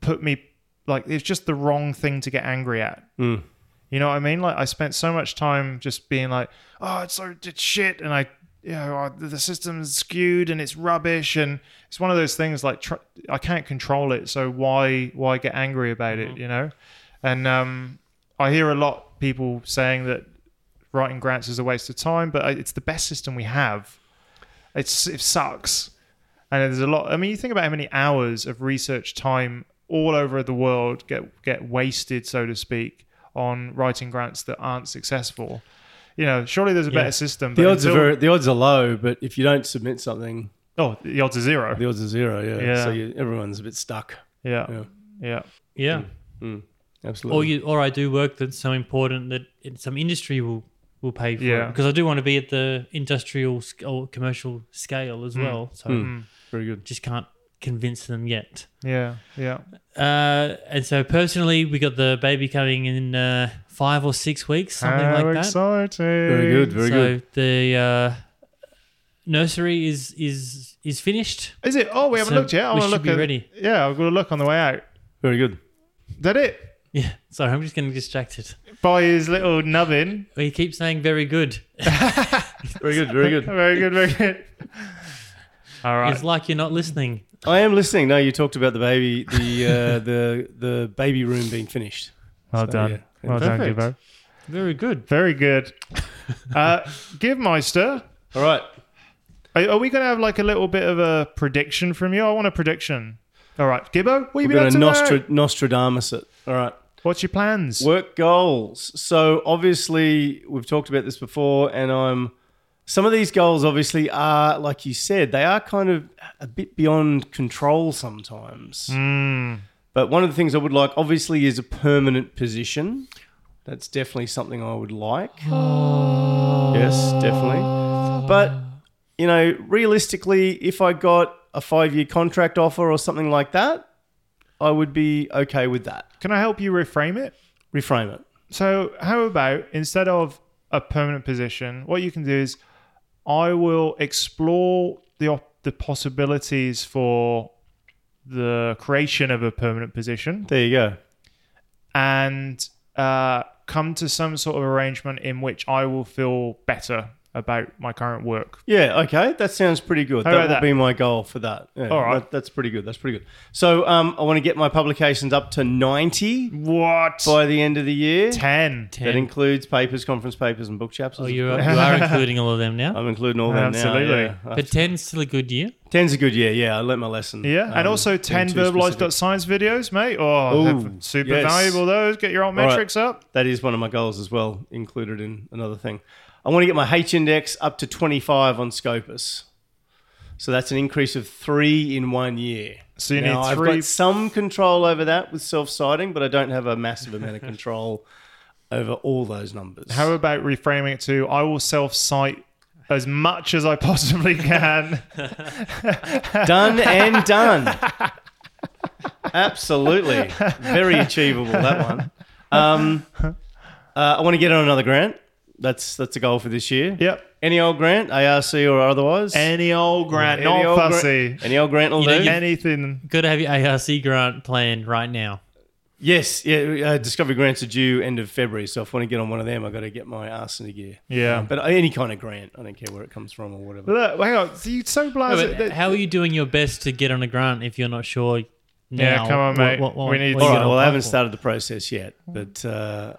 Speaker 2: put me like it's just the wrong thing to get angry at. You know what I mean? Like I spent so much time just being like, oh, it's so it's shit, and I, you know, oh, the the system's skewed and it's rubbish, and it's one of those things like tr- I can't control it, so why why get angry about it? You know, and um, I hear a lot people saying that writing uh, grants is a waste of time, but I- it's the best system we have. It's it sucks, And there's a lot. I mean, you think about how many hours of research time all over the world get get wasted, so to speak, on writing grants that aren't successful. You know, surely there's a
Speaker 4: Yeah.
Speaker 2: better system.
Speaker 1: The
Speaker 2: but
Speaker 1: odds are
Speaker 2: until-
Speaker 1: very, the odds are low, but if you don't submit something,
Speaker 2: oh, the odds are zero.
Speaker 1: the odds are zero. Yeah,
Speaker 2: Yeah.
Speaker 1: so you, everyone's a bit stuck.
Speaker 2: Yeah,
Speaker 1: Yeah.
Speaker 2: yeah.
Speaker 4: Yeah.
Speaker 2: Oh,
Speaker 1: Absolutely.
Speaker 4: Or you or I do work that's so important that it, some industry will will pay for
Speaker 2: Yeah.
Speaker 4: it because I do want to be at the industrial sc- or commercial scale
Speaker 2: Hmm.
Speaker 4: as well. So
Speaker 1: very good.
Speaker 4: just can't convince them yet.
Speaker 2: Yeah, yeah.
Speaker 4: Uh, and so personally, we got the baby coming in uh, five or six weeks, something
Speaker 2: How
Speaker 4: like that.
Speaker 2: exciting!
Speaker 1: Very good. Very
Speaker 4: so
Speaker 1: good.
Speaker 4: the uh, nursery is is is finished.
Speaker 2: Is it? Oh, we haven't
Speaker 4: So
Speaker 2: looked yet. I
Speaker 4: we
Speaker 2: want to
Speaker 4: should
Speaker 2: look
Speaker 4: be
Speaker 2: at.
Speaker 4: ready.
Speaker 2: Yeah, I've got to look on the way out.
Speaker 1: Very good.
Speaker 2: Is that it?
Speaker 4: Yeah. Sorry, I'm just getting distracted.
Speaker 2: By his little nubbin.
Speaker 4: We keep saying very good.
Speaker 1: Very good. Very good.
Speaker 2: Very good. Very good. All right.
Speaker 4: It's like you're not listening.
Speaker 1: I am listening. No, you talked about the baby, the uh, the the baby room being finished.
Speaker 2: Well
Speaker 1: So,
Speaker 2: done.
Speaker 1: yeah.
Speaker 2: Well
Speaker 4: Perfect.
Speaker 2: done, Gibbo.
Speaker 4: Very good.
Speaker 2: Very good. Uh, Gibmeister,
Speaker 1: All right.
Speaker 2: are, are we going to have like a little bit of a prediction from you? I want a prediction. All right, Gibbo, what you
Speaker 1: We're
Speaker 2: been
Speaker 1: going
Speaker 2: up
Speaker 1: to
Speaker 2: to now?
Speaker 1: Nostra- Nostradamus it. All right.
Speaker 2: What's your plans?
Speaker 1: Work goals. So obviously, we've talked about this before, and I'm. Some of these goals, obviously, are like you said, they are kind of a bit beyond control sometimes. But one of the things I would like, obviously, is a permanent position. That's definitely something I would like. Yes, definitely. But you know, realistically, if I got a five-year contract offer or something like that, I would be okay with that.
Speaker 2: Can I help you reframe it?
Speaker 1: Reframe it.
Speaker 2: So, how about instead of a permanent position, what you can do is I will explore the op- the possibilities for the creation of a permanent position
Speaker 1: There you go.
Speaker 2: and uh, come to some sort of arrangement in which I will feel better about my current work.
Speaker 1: Yeah, okay. That sounds pretty good.
Speaker 2: How
Speaker 1: that
Speaker 2: about
Speaker 1: would
Speaker 2: that?
Speaker 1: be my goal for that. Yeah,
Speaker 2: All right.
Speaker 1: that- that's pretty good. That's pretty good. So um, I want to get my publications up to 90
Speaker 2: What?
Speaker 1: by the end of the year.
Speaker 2: 10.
Speaker 1: That includes papers, conference papers, and book chapters.
Speaker 4: Oh, you are, you are including all of them now.
Speaker 1: I'm including all that
Speaker 2: Absolutely.
Speaker 1: now. Absolutely.
Speaker 4: But 10's still a good year.
Speaker 1: Ten's a good year. Yeah, I learnt my lesson.
Speaker 2: Yeah, and
Speaker 1: Um,
Speaker 2: also
Speaker 1: being
Speaker 2: 10
Speaker 1: too specific.
Speaker 2: verbalized.science videos, mate. Oh,
Speaker 1: Ooh,
Speaker 2: they're super
Speaker 1: yes.
Speaker 2: valuable those. Get your alt
Speaker 1: right.
Speaker 2: metrics up.
Speaker 1: That is one of my goals as well, included in another thing. I want to get my H index up to 25 on Scopus. So that's an increase of three in one year.
Speaker 2: So you
Speaker 1: Now,
Speaker 2: need
Speaker 1: I've
Speaker 2: three.
Speaker 1: got some control over that with self sighting, but I don't have a massive amount of control over all those numbers.
Speaker 2: How about reframing it to I will self cite as much as I possibly can?
Speaker 1: done and done. Absolutely. Very achievable, that one. Um, uh, I want to get on another grant. That's that's a goal for this year.
Speaker 2: yep.
Speaker 1: Any old grant, ARC or otherwise.
Speaker 2: Any old grant,
Speaker 1: Any
Speaker 2: not
Speaker 1: old gra-
Speaker 2: fussy.
Speaker 1: any old grant will
Speaker 4: You know,
Speaker 1: do.
Speaker 4: you-
Speaker 2: Anything.
Speaker 4: Got to have your ARC grant planned right now.
Speaker 1: yes, yeah. Uh, Discovery grants are due end of February, so if I want to get on one of them, I got to get my arse in the gear.
Speaker 2: Yeah.
Speaker 1: but any kind of grant, I don't care where it comes from or whatever.
Speaker 2: Look, hang on. So you Oh, so blase.
Speaker 4: But how are you doing your best to get on a grant if you're not sure?
Speaker 2: Yeah,
Speaker 4: now
Speaker 2: come on,
Speaker 4: what-
Speaker 2: mate.
Speaker 4: what- what-
Speaker 2: We need-
Speaker 4: what
Speaker 1: All
Speaker 4: you're
Speaker 1: right.
Speaker 4: gonna
Speaker 1: Well, I
Speaker 4: apply
Speaker 1: haven't
Speaker 4: for.
Speaker 1: started the process yet, but uh,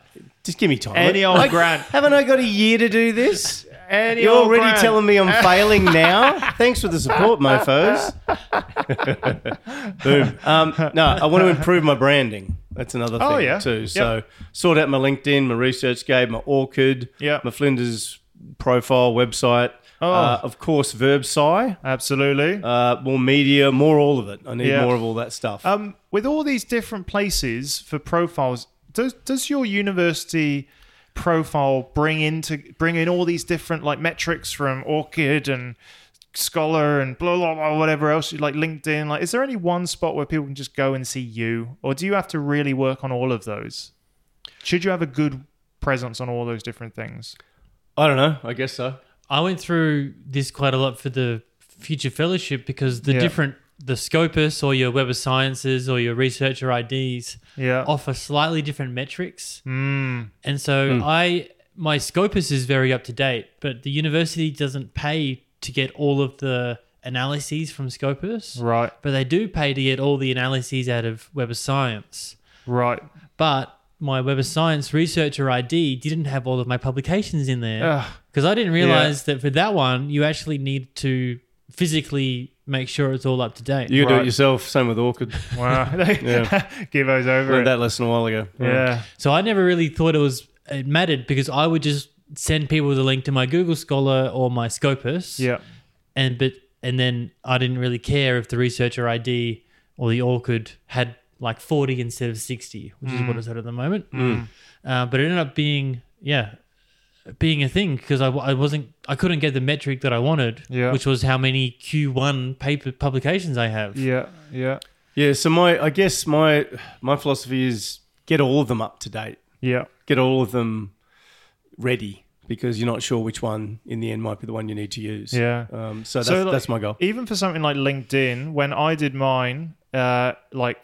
Speaker 1: just give me time.
Speaker 2: Any old grant.
Speaker 1: Haven't I got a year to do this?
Speaker 2: Any
Speaker 1: You're
Speaker 2: old
Speaker 1: already
Speaker 2: grant.
Speaker 1: telling me I'm failing now. Thanks for the support, mofo's. Boom. Um, no, I want to improve my branding. That's another thing
Speaker 2: Oh, yeah.
Speaker 1: too.
Speaker 2: Yep.
Speaker 1: So sort out my LinkedIn, my research game, my Orchid,
Speaker 2: Yep.
Speaker 1: my Flinders profile website.
Speaker 2: Oh.
Speaker 1: Uh, of course, Verbsci,
Speaker 2: Absolutely.
Speaker 1: uh, more media, more all of it. I need
Speaker 2: Yeah.
Speaker 1: more of all that stuff.
Speaker 2: Um, with all these different places for profiles, does does your university profile bring into bring in all these different like metrics from Orchid and Scholar and blah blah blah whatever else you like LinkedIn? Like, is there any one spot where people can just go and see you, or do you have to really work on all of those? Should you have a good presence on all those different things?
Speaker 1: I don't know. I guess so.
Speaker 4: I went through this quite a lot for the future fellowship because the
Speaker 2: Yeah.
Speaker 4: different the Scopus or your Web of Sciences or your researcher IDs
Speaker 2: Yeah. Hmm.
Speaker 4: offer slightly different metrics. And so I my Scopus is very up to date, but the university doesn't pay to get all of the analyses from Scopus.
Speaker 2: Right.
Speaker 4: But they do pay to get all the analyses out of Web of Science.
Speaker 2: Right.
Speaker 4: But my Web of Science researcher ID didn't have all of my publications in there
Speaker 2: Ugh.
Speaker 4: because I didn't realize that for that one you actually need to physically make sure it's all up to date.
Speaker 1: You can do
Speaker 2: Right.
Speaker 1: it yourself. Same with Orchid.
Speaker 2: Wow.
Speaker 1: Yeah.
Speaker 2: Gibbo's over
Speaker 1: Learned
Speaker 2: it.
Speaker 1: that lesson a while ago.
Speaker 2: Yeah.
Speaker 4: So I never really thought it was it mattered because I would just send people the link to my Google Scholar or my Scopus.
Speaker 2: Yeah.
Speaker 4: And but and then I didn't really care if the researcher ID or the ORCID had like 40 instead of 60, which is
Speaker 2: Mm.
Speaker 4: what it's at at the moment. Uh, but it ended up being yeah, being a thing because I, I wasn't I couldn't get the metric that I wanted,
Speaker 2: Yeah.
Speaker 4: which was how many Q1 paper publications I have.
Speaker 2: Yeah. Yeah.
Speaker 1: Yeah. So my, I guess my, my philosophy is get all of them up to date.
Speaker 2: Yeah.
Speaker 1: Get all of them ready because you're not sure which one in the end might be the one you need to use.
Speaker 2: Yeah.
Speaker 1: Um, so that's,
Speaker 2: like,
Speaker 1: that's my goal.
Speaker 2: Even for something like LinkedIn, when I did mine, uh, like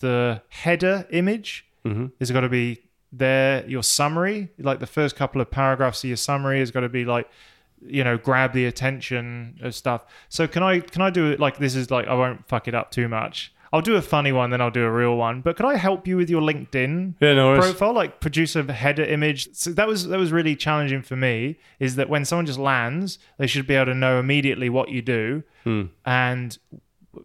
Speaker 2: the header image
Speaker 1: Mm-hmm.
Speaker 2: has got to be there. Your summary, like the first couple of paragraphs of your summary, has got to be like, you know, grab the attention of stuff. So can I can I do it like this? Is like I won't fuck it up too much. I'll do a funny one, then I'll do a real one. But can I help you with your LinkedIn
Speaker 1: Yeah, no worries.
Speaker 2: profile, like produce a header image. So that was that was really challenging for me. Is that when someone just lands, they should be able to know immediately what you do
Speaker 1: Hmm.
Speaker 2: and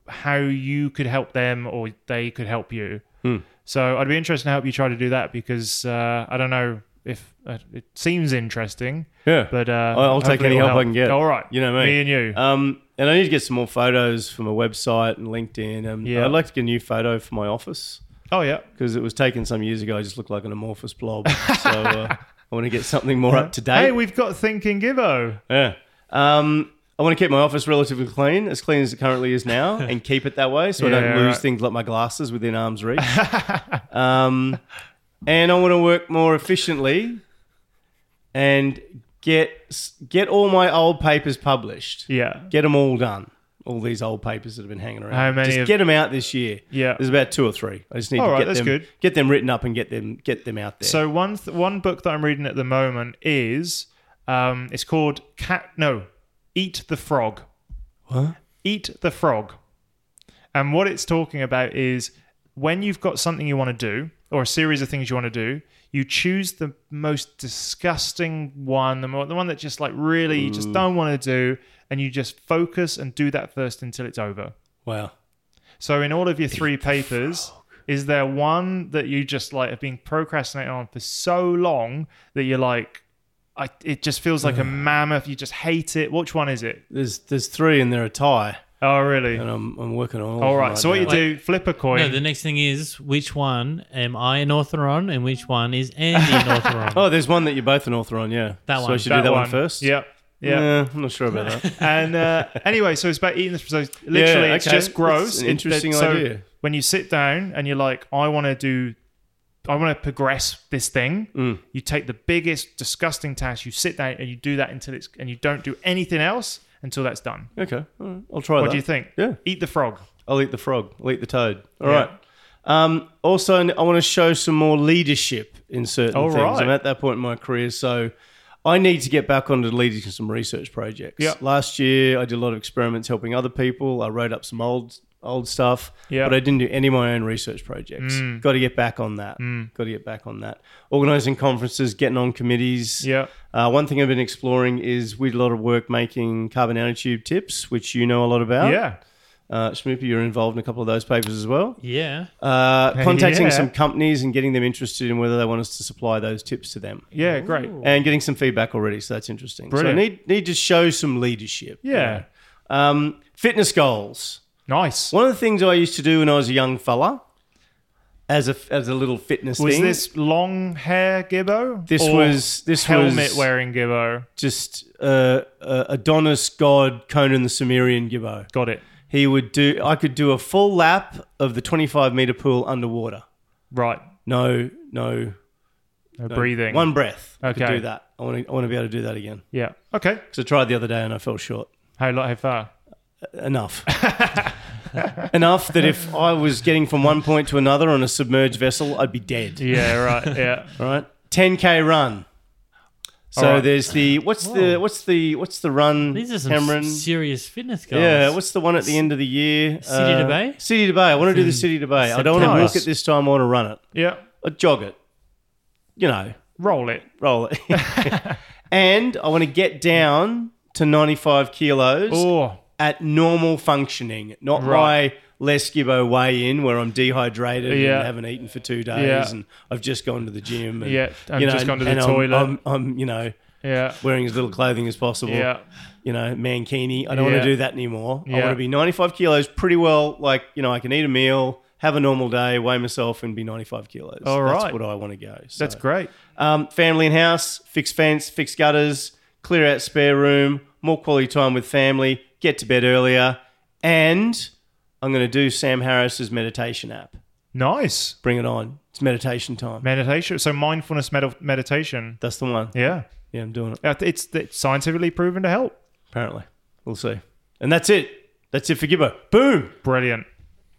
Speaker 2: how you could help them or they could help you.
Speaker 1: Hmm.
Speaker 2: So I'd be interested to help you try to do that because uh, I don't know if uh, it seems interesting.
Speaker 1: Yeah.
Speaker 2: but uh,
Speaker 1: I'll- I'll take
Speaker 2: hopefully
Speaker 1: any
Speaker 2: it'll
Speaker 1: help I can get.
Speaker 2: All right,
Speaker 1: You know me.
Speaker 2: me and you.
Speaker 1: Um, and I need to get some more photos for my website and LinkedIn. Um,
Speaker 2: Yeah.
Speaker 1: I'd like to get a new photo for my office
Speaker 2: oh yeah,
Speaker 1: because it was taken some years ago. I just looked like an amorphous blob. so uh, I want to get something more up to date.
Speaker 2: hey, we've got thinking Gibbo.
Speaker 1: yeah. Um, I want to keep my office relatively clean, as clean as it currently is now, and keep it that way so I
Speaker 2: Yeah,
Speaker 1: don't lose
Speaker 2: right.
Speaker 1: things like my glasses within arm's reach. um, and I want to work more efficiently and get get all my old papers published.
Speaker 2: Yeah,
Speaker 1: Get them all done. All these old papers that have been hanging around.
Speaker 2: How many
Speaker 1: Just
Speaker 2: of-
Speaker 1: get them out this year.
Speaker 2: Yeah.
Speaker 1: there's about two or three. I just need
Speaker 2: All
Speaker 1: to
Speaker 2: right,
Speaker 1: get
Speaker 2: that's
Speaker 1: them
Speaker 2: good.
Speaker 1: get them written up and get them get them out there.
Speaker 2: So one th- one book that I'm reading at the moment is um, it's called Cat No, Eat the Frog.
Speaker 1: What?
Speaker 2: Eat the Frog. And what it's talking about is when you've got something you want to do or a series of things you want to do, you choose the most disgusting one, the, mo- the one that just like really you just don't want to do, and you just focus and do that first until it's over.
Speaker 1: wow,
Speaker 2: So in all of your three papers, is there one that you just like have been procrastinating on for so long that you're like, I, it just feels like a mammoth. You just hate it. Which one is it?
Speaker 1: there's there's three and they're a tie,
Speaker 2: Oh, really?
Speaker 1: and I'm, I'm working on all.
Speaker 2: All right. So what you
Speaker 1: now.
Speaker 2: do? Flip a coin.
Speaker 4: No, the next thing is which one am I an author on and which one is Andy an author on?
Speaker 1: Oh, there's one that you're both an author on, yeah.
Speaker 4: That
Speaker 1: So I
Speaker 4: one.
Speaker 1: should do that one first.
Speaker 2: Yep. Yeah.
Speaker 1: Nah, I'm not sure about that.
Speaker 2: and uh, anyway, so it's about eating this. So literally, it's
Speaker 1: okay.
Speaker 2: just
Speaker 1: That's an
Speaker 2: gross. It- that-
Speaker 1: interesting
Speaker 2: so
Speaker 1: idea.
Speaker 2: When you sit down and you're like, I want to do, I want to progress this thing.
Speaker 1: Mm.
Speaker 2: You take the biggest, disgusting task. You sit down and you do that until it's, and you don't do anything else until that's done.
Speaker 1: Okay, all right. I'll try that.
Speaker 2: What do you think?
Speaker 1: Yeah.
Speaker 2: Eat the frog.
Speaker 1: I'll eat the frog. I'll eat the toad. All
Speaker 2: Yeah.
Speaker 1: right. Um, also, I want to show some more leadership in certain
Speaker 2: All
Speaker 1: things.
Speaker 2: right.
Speaker 1: I'm at that point in my career, so I need to get back onto leading some research projects.
Speaker 2: Yeah.
Speaker 1: Last year, I did a lot of experiments helping other people. I wrote up some old old stuff,
Speaker 2: Yeah.
Speaker 1: but I didn't do any of my own research projects.
Speaker 2: Mm.
Speaker 1: Got to get back on that. Got to get back on that. Organising conferences, getting on committees.
Speaker 2: Yeah.
Speaker 1: Uh, one thing I've been exploring is we did a lot of work making carbon nanotube tips, which you know a lot about.
Speaker 2: Yeah.
Speaker 1: Uh, Shmoopy, you're involved in a couple of those papers as well.
Speaker 4: Yeah.
Speaker 1: Uh, contacting
Speaker 2: Yeah.
Speaker 1: some companies and getting them interested in whether they want us to supply those tips to them.
Speaker 2: Yeah. Great.
Speaker 1: And getting some feedback already, so that's interesting.
Speaker 2: Brilliant.
Speaker 1: So I need need to show some leadership.
Speaker 2: Yeah.
Speaker 1: Um, fitness goals.
Speaker 2: Nice.
Speaker 1: One of the things I used to do when I was a young fella, as a as a little fitness
Speaker 2: Was
Speaker 1: thing,
Speaker 2: this long hair Gibbo?
Speaker 1: This
Speaker 2: Or
Speaker 1: was- this
Speaker 2: helmet
Speaker 1: was-
Speaker 2: wearing Gibbo.
Speaker 1: just uh, uh, Adonis god Conan the Sumerian Gibbo.
Speaker 2: Got it.
Speaker 1: He would do. I could do a full lap of the twenty five meter pool underwater.
Speaker 2: Right.
Speaker 1: No, no
Speaker 2: No, breathing.
Speaker 1: One breath. I
Speaker 2: Okay.
Speaker 1: could do that. I want to. I want to be able to do that again
Speaker 2: Yeah. Okay.
Speaker 1: because I tried the other day and I fell short.
Speaker 2: How, lo- how far?
Speaker 1: Enough. Enough that if I was getting from one point to another on a submerged vessel, I'd be dead.
Speaker 2: Yeah. Right. Yeah.
Speaker 1: All right. 10k run. So
Speaker 2: All right.
Speaker 1: there's the what's the what's the what's the run?
Speaker 4: These are some
Speaker 1: Cameron.
Speaker 4: serious fitness guys.
Speaker 1: yeah, what's the one at the end of the year? Uh,
Speaker 4: City to Bay?
Speaker 1: City to Bay. I want to do the City to Bay. I don't want
Speaker 2: September.
Speaker 1: to walk it this time. I want to run it.
Speaker 2: yeah.
Speaker 1: I jog it. You know,
Speaker 2: Roll it.
Speaker 1: roll it. and I want to get down to 95 kilos
Speaker 2: Oh.
Speaker 1: at normal functioning, not
Speaker 2: Right.
Speaker 1: my Les Gibbo way in where I'm dehydrated
Speaker 2: Yeah.
Speaker 1: and haven't eaten for two days
Speaker 2: Yeah.
Speaker 1: and I've just gone to the gym. And,
Speaker 2: Yeah, I've
Speaker 1: you know,
Speaker 2: just gone to the
Speaker 1: and I'm-
Speaker 2: toilet.
Speaker 1: I'm, I'm, you know,
Speaker 2: Yeah.
Speaker 1: wearing as little clothing as possible.
Speaker 2: Yeah.
Speaker 1: You know, mankini. I don't
Speaker 2: Yeah.
Speaker 1: want to do that anymore. I
Speaker 2: Yeah.
Speaker 1: want to be 95 kilos pretty well. Like, you know, I can eat a meal, have a normal day, weigh myself and be 95 kilos.
Speaker 2: All
Speaker 1: That's
Speaker 2: right.
Speaker 1: what I want to go. So.
Speaker 2: That's great.
Speaker 1: Um, family and house, fix fence, fix gutters, clear out spare room, more quality time with family, get to bed earlier, and I'm going to do Sam Harris's meditation app.
Speaker 2: Nice.
Speaker 1: Bring it on. It's meditation time.
Speaker 2: Meditation. So mindfulness med- meditation.
Speaker 1: That's the one.
Speaker 2: Yeah.
Speaker 1: Yeah, I'm doing it.
Speaker 2: That- It's, it's scientifically proven to help.
Speaker 1: Apparently. We'll see. And that's it. That's it for Gibbo. Boom.
Speaker 2: Brilliant.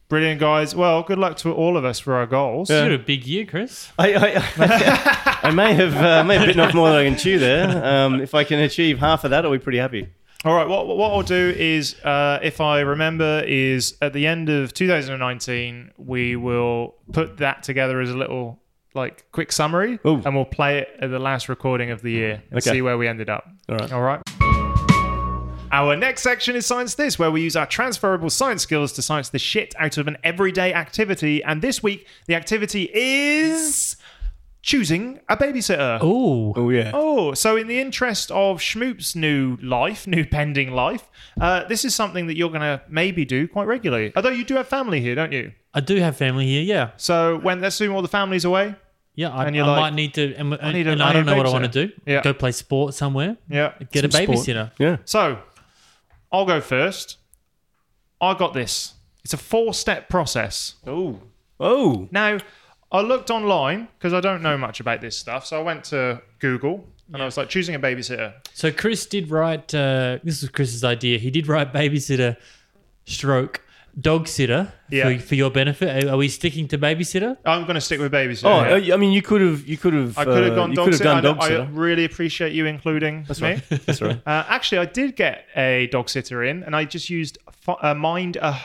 Speaker 2: Brilliant, guys. Well, good luck to all of us for our goals.
Speaker 4: You had a big year, Chris.
Speaker 1: I, I, I may have uh, may have bitten off more than I can chew there. Um, if I can achieve half of that, I'll be pretty happy.
Speaker 2: All right. What, what I'll do is, uh, if I remember, is at the end of 2019, we will put that together as a little like quick summary,
Speaker 1: Ooh.
Speaker 2: and we'll play it at the last recording of the year and
Speaker 1: Okay.
Speaker 2: see where we ended up.
Speaker 1: All right.
Speaker 2: All right. Our next section is Science This, where we use our transferable science skills to science the shit out of an everyday activity. And this week, the activity is choosing a babysitter.
Speaker 4: Ooh.
Speaker 1: Oh yeah.
Speaker 2: Oh, so in the interest of Schmoop's new life, new pending life, uh, this is something that you're going to maybe do quite regularly. Although you do have family here, don't you?
Speaker 4: I do have family here. Yeah.
Speaker 2: So when let's assume all the family's away.
Speaker 4: Yeah. I,
Speaker 2: And
Speaker 4: I
Speaker 2: you're like,
Speaker 4: might need to. And, and, I,
Speaker 2: need a-
Speaker 4: and
Speaker 2: I
Speaker 4: I don't
Speaker 2: need a
Speaker 4: know what I
Speaker 2: babysitter.
Speaker 4: want to do.
Speaker 2: Yeah.
Speaker 4: Go play sport somewhere.
Speaker 2: Yeah.
Speaker 4: Get a babysitter.
Speaker 1: Yeah.
Speaker 2: So I'll go first. I got this. It's a four-step process.
Speaker 1: Oh. Oh.
Speaker 2: Now, I looked online because I don't know much about this stuff. So I went to Google and I was like choosing a babysitter.
Speaker 4: So Chris did write. Uh, this was Chris's idea. He did write babysitter, stroke, dog sitter
Speaker 2: Yeah.
Speaker 4: for, for your benefit. Are, are we sticking to babysitter?
Speaker 2: I'm going to stick with babysitter.
Speaker 1: Oh,
Speaker 2: here.
Speaker 1: I mean, you could have, you could have,
Speaker 2: I could have
Speaker 1: uh,
Speaker 2: gone
Speaker 1: you
Speaker 2: dog
Speaker 1: could have
Speaker 2: sitter. I,
Speaker 1: done
Speaker 2: know-
Speaker 1: dog
Speaker 2: I
Speaker 1: sitter.
Speaker 2: really appreciate you including me.
Speaker 1: That's right.
Speaker 2: Uh, actually, I did get a dog sitter in, and I just used fo- uh,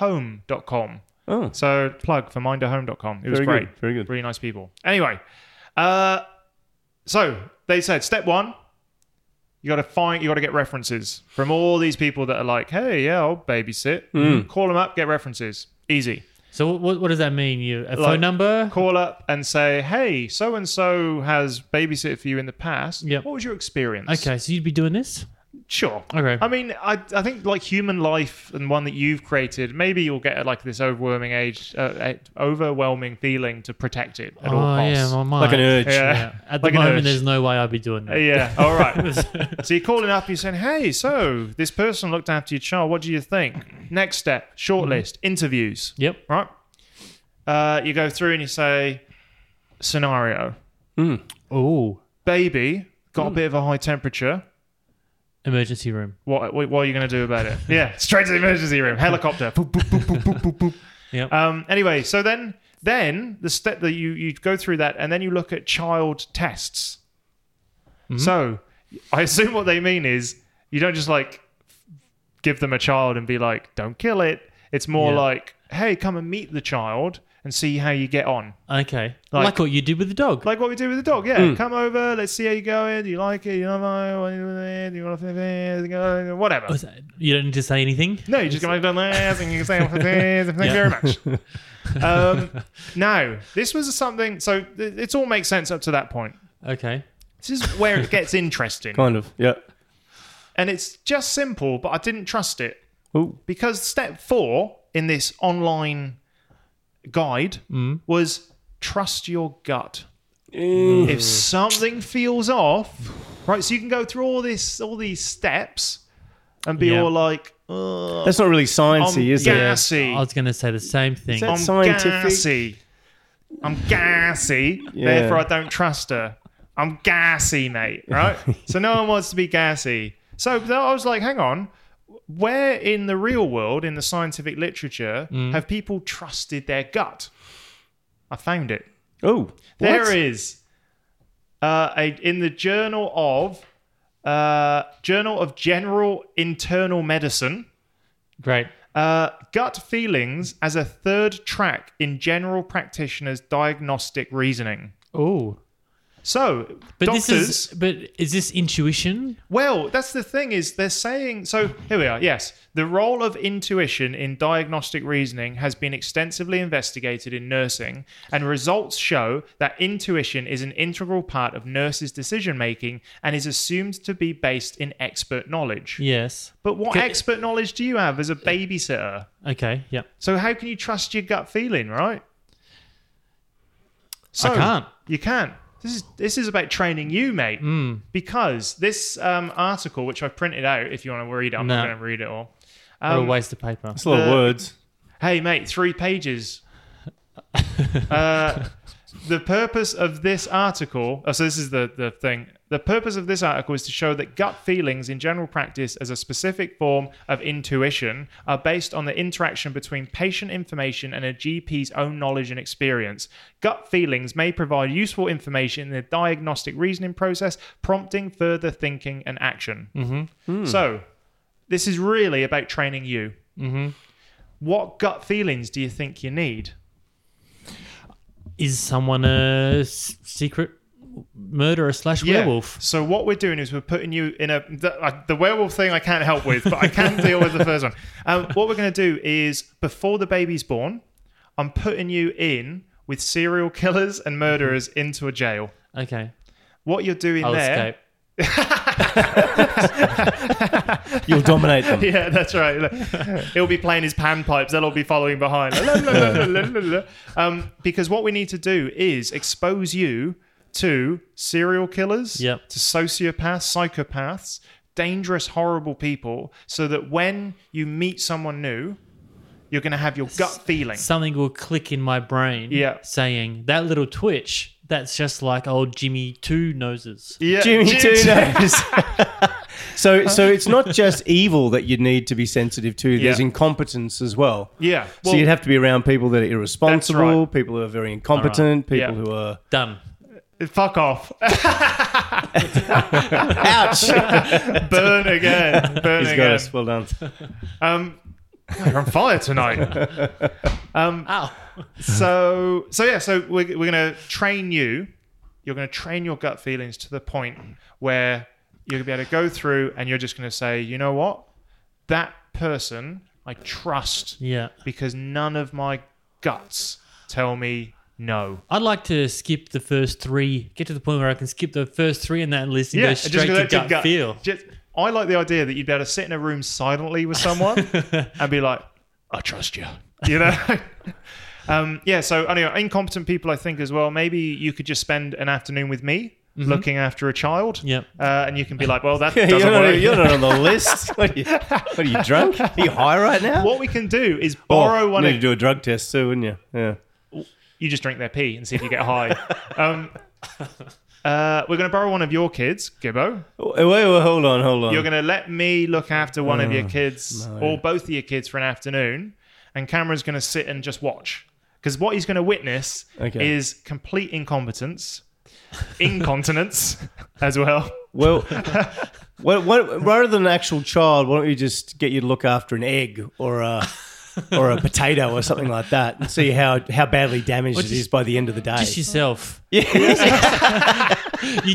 Speaker 2: mindahome.com.
Speaker 1: Oh.
Speaker 2: So plug for mindahome.com. It was
Speaker 1: Very
Speaker 2: great.
Speaker 1: good, very good.
Speaker 2: Really nice people. Anyway, uh, so they said step one, you got to find, you got to get references from all these people that are like, hey, yeah, I'll babysit.
Speaker 1: Hmm.
Speaker 2: Call them up, get references. Easy.
Speaker 4: So what, what does that mean? You a
Speaker 2: Like-
Speaker 4: phone number?
Speaker 2: Call up and say, hey, so and so has babysitted for you in the past.
Speaker 4: Yep.
Speaker 2: What was your experience?
Speaker 4: Okay, so you'd be doing this.
Speaker 2: Sure.
Speaker 4: Okay.
Speaker 2: I mean, I, I think like human life and one that you've created, maybe you'll get like this overwhelming age, uh, eh, overwhelming feeling to protect it at
Speaker 4: oh
Speaker 2: all
Speaker 4: yeah,
Speaker 2: costs.
Speaker 4: my mind.
Speaker 1: Like an urge.
Speaker 2: Yeah.
Speaker 4: Yeah. At the
Speaker 2: Like an urge.
Speaker 4: moment, there's no way I'd be doing
Speaker 2: Uh,
Speaker 4: that.
Speaker 2: Yeah. All right. so you're calling up. You're saying, "Hey, so this person looked after your child. What do you think?" Next step: shortlist
Speaker 4: Mm-hmm.
Speaker 2: interviews.
Speaker 4: Yep.
Speaker 2: Right. Uh, you go through and you say, "Scenario:
Speaker 4: Ooh.
Speaker 2: Baby got a bit of a high temperature.
Speaker 4: Emergency room.
Speaker 2: What, what, what are you going to do about it? yeah, straight to the emergency room. Helicopter. Boop, boop, boop, boop, boop, boop, boop.
Speaker 4: Yep.
Speaker 2: Um, anyway, so then then the step that you you go through that, and then you look at child tests.
Speaker 4: Mm-hmm.
Speaker 2: So I assume what they mean is you don't just like give them a child and be like, "Don't kill it." It's more
Speaker 4: Yeah.
Speaker 2: like, "Hey, come and meet the child and see how you get on."
Speaker 4: okay.
Speaker 2: like-
Speaker 4: Like, what you did with the dog.
Speaker 2: Like what we do with the dog, yeah.
Speaker 4: Mm.
Speaker 2: Come over, let's see how you going. Do you like it? You don't mind? Do you want to? Whatever.
Speaker 4: Was that- you don't need to say anything.
Speaker 2: No, you're just going to do this and you can say this. Thank you very much. Um, no, this was something. So th- it's all makes sense up to that point.
Speaker 4: Okay.
Speaker 2: This is where it gets interesting,
Speaker 1: Kind of. Yeah.
Speaker 2: and it's just simple. But I didn't trust it
Speaker 1: Ooh.
Speaker 2: because step four in this online guide was trust your gut. If something feels off, right? So you can go through all this, all these steps, and be
Speaker 4: Yeah.
Speaker 2: all like, "Ugh,
Speaker 1: That's not really
Speaker 2: I'm
Speaker 1: sciencey, is it?
Speaker 2: gassy."
Speaker 4: I was going to say the same thing.
Speaker 1: that-
Speaker 2: I'm
Speaker 1: scientific.
Speaker 2: gassy. I'm gassy. Therefore, I don't trust her. I'm gassy, mate. Right? so no one wants to be gassy. So then I was like, hang on. Where in the real world, in the scientific literature, have people trusted their gut? I found it.
Speaker 1: Oh.
Speaker 2: There is uh, a in the Journal of uh, Journal of General Internal Medicine.
Speaker 4: Great.
Speaker 2: Uh, gut feelings as a third track in general practitioners' diagnostic reasoning.
Speaker 4: Ooh.
Speaker 2: So,
Speaker 4: But
Speaker 2: doctors,
Speaker 4: this is but is this intuition?
Speaker 2: well, that's the thing is they're saying so. Here we are. Yes, the role of intuition in diagnostic reasoning has been extensively investigated in nursing, and results show that intuition is an integral part of nurses' decision making and is assumed to be based in expert knowledge.
Speaker 4: Yes.
Speaker 2: But what
Speaker 4: Ca-
Speaker 2: expert knowledge do you have as a babysitter?
Speaker 4: Okay. Yep.
Speaker 2: So how can you trust your gut feeling, right? So
Speaker 4: can't.
Speaker 2: You can't. This is this is about training you, mate.
Speaker 4: Hmm.
Speaker 2: Because this um, article, which I printed out, if you want to read it, I'm not
Speaker 4: No.
Speaker 2: going to read it all.
Speaker 4: What a
Speaker 2: Um,
Speaker 4: waste of paper.
Speaker 1: It's a lot of
Speaker 2: The-
Speaker 1: words.
Speaker 2: Hey, mate, three pages. uh, the purpose of this article, oh, so this is the, the thing. The purpose of this article is to show that gut feelings in general practice as a specific form of intuition are based on the interaction between patient information and a GP's own knowledge and experience. Gut feelings may provide useful information in the diagnostic reasoning process, prompting further thinking and action. So, this is really about training you what gut feelings do you think you need?
Speaker 4: Is someone a s- secret murderer slash werewolf?
Speaker 2: So what we're doing is we're putting you in a the, uh, the werewolf thing I can't help with, but I can deal with the first one. Um, what we're going to do is before the baby's born, I'm putting you in with serial killers and murderers into a jail.
Speaker 4: Okay.
Speaker 2: What you're doing
Speaker 4: I'll
Speaker 2: there?
Speaker 4: escape.
Speaker 1: You'll dominate them.
Speaker 2: Yeah, that's right. Look, He'll be playing his panpipes. They'll all be following behind. La, la, la, la, la, la, la. um, because what we need to do is expose you to serial killers,
Speaker 4: Yep.
Speaker 2: to sociopaths, psychopaths, dangerous, horrible people, so that when you meet someone new, you're going to have your gut feeling.
Speaker 4: Something will click in my brain.
Speaker 2: Yeah.
Speaker 4: Saying that little twitch. That's just like old Jimmy Two Noses.
Speaker 2: Yeah,
Speaker 1: Jimmy
Speaker 2: Jim-
Speaker 1: Two Nose. so, so it's not just evil that you need to be sensitive to. There's
Speaker 2: Yeah.
Speaker 1: incompetence as well.
Speaker 2: Yeah.
Speaker 1: so
Speaker 2: well,
Speaker 1: you'd have to be around people that are irresponsible,
Speaker 2: right.
Speaker 1: people who are very incompetent, people
Speaker 2: Yeah.
Speaker 1: who are
Speaker 4: Done.
Speaker 2: fuck off.
Speaker 1: ouch.
Speaker 2: Burn again. Burn
Speaker 1: He's got
Speaker 2: again.
Speaker 1: us. Well done.
Speaker 2: Um, you're on fire tonight.
Speaker 4: Ow.
Speaker 2: so so yeah so we're, we're going to train you you're going to train your gut feelings to the point where you're going to be able to go through and you're just going to say you know what that person i trust
Speaker 4: Yeah.
Speaker 2: because none of my guts tell me no
Speaker 4: I'd like to skip the first three. Get to the point where I can skip the first three in that list and go
Speaker 2: just
Speaker 4: straight
Speaker 2: go
Speaker 4: to
Speaker 2: to
Speaker 4: gut, feel.
Speaker 2: Just- i like the idea that you'd be able to sit in a room silently with someone and be like i trust you you know Um, yeah, so anyway, incompetent people, I think as well. Maybe you could just spend an afternoon with me looking after a child.
Speaker 4: Yep.
Speaker 2: Uh, and you can be like, well, that
Speaker 1: Yeah,
Speaker 2: doesn't
Speaker 1: you're, not,
Speaker 2: work.
Speaker 1: you're not on the list. What are, you, what are you drunk? Are you high right now?
Speaker 2: What we can do is
Speaker 1: Oh,
Speaker 2: borrow one
Speaker 1: you
Speaker 2: of
Speaker 1: need to do a drug test too, wouldn't you? Yeah.
Speaker 2: you just drink their pee and see if you get high. um, uh, we're going to borrow one of your kids, Gibbo.
Speaker 1: Oh, Wait, wait, hold on, hold on.
Speaker 2: You're going to let me look after one
Speaker 1: Oh,
Speaker 2: of your kids or both of your kids for an afternoon, and Cameron's going to sit and just watch. Because what he's going to witness
Speaker 1: Okay.
Speaker 2: is complete incompetence, incontinence as well.
Speaker 1: well, what, what, rather than an actual child, why don't you just get you to look after an egg or a or a potato or something like that, and see how how badly damaged it
Speaker 4: just-
Speaker 1: is by the end of the day.
Speaker 4: Just yourself. you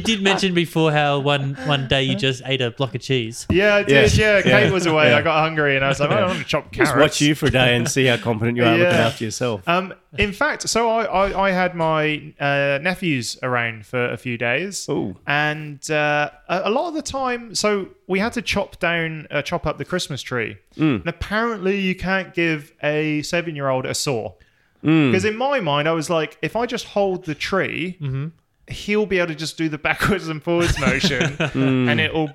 Speaker 4: did mention before how one one day you just ate a block of cheese.
Speaker 2: Yeah, I did. Yeah,
Speaker 1: Yeah.
Speaker 2: Kate
Speaker 1: Yeah.
Speaker 2: was away.
Speaker 1: Yeah.
Speaker 2: I got hungry and I was like, "Oh, I don't want to chop carrots.
Speaker 1: Just watch you for a day and see how competent you are looking
Speaker 2: Yeah.
Speaker 1: after yourself.
Speaker 2: Um, in fact, so I, I, I had my uh, nephews around for a few days,
Speaker 1: Ooh.
Speaker 2: and uh, a, a lot of the time, so we had to chop down, uh, chop up the Christmas tree, and apparently you can't give a seven-year-old a saw because in my mind I was like, if I just hold the tree, he'll be able to just do the backwards and forwards motion, and it'll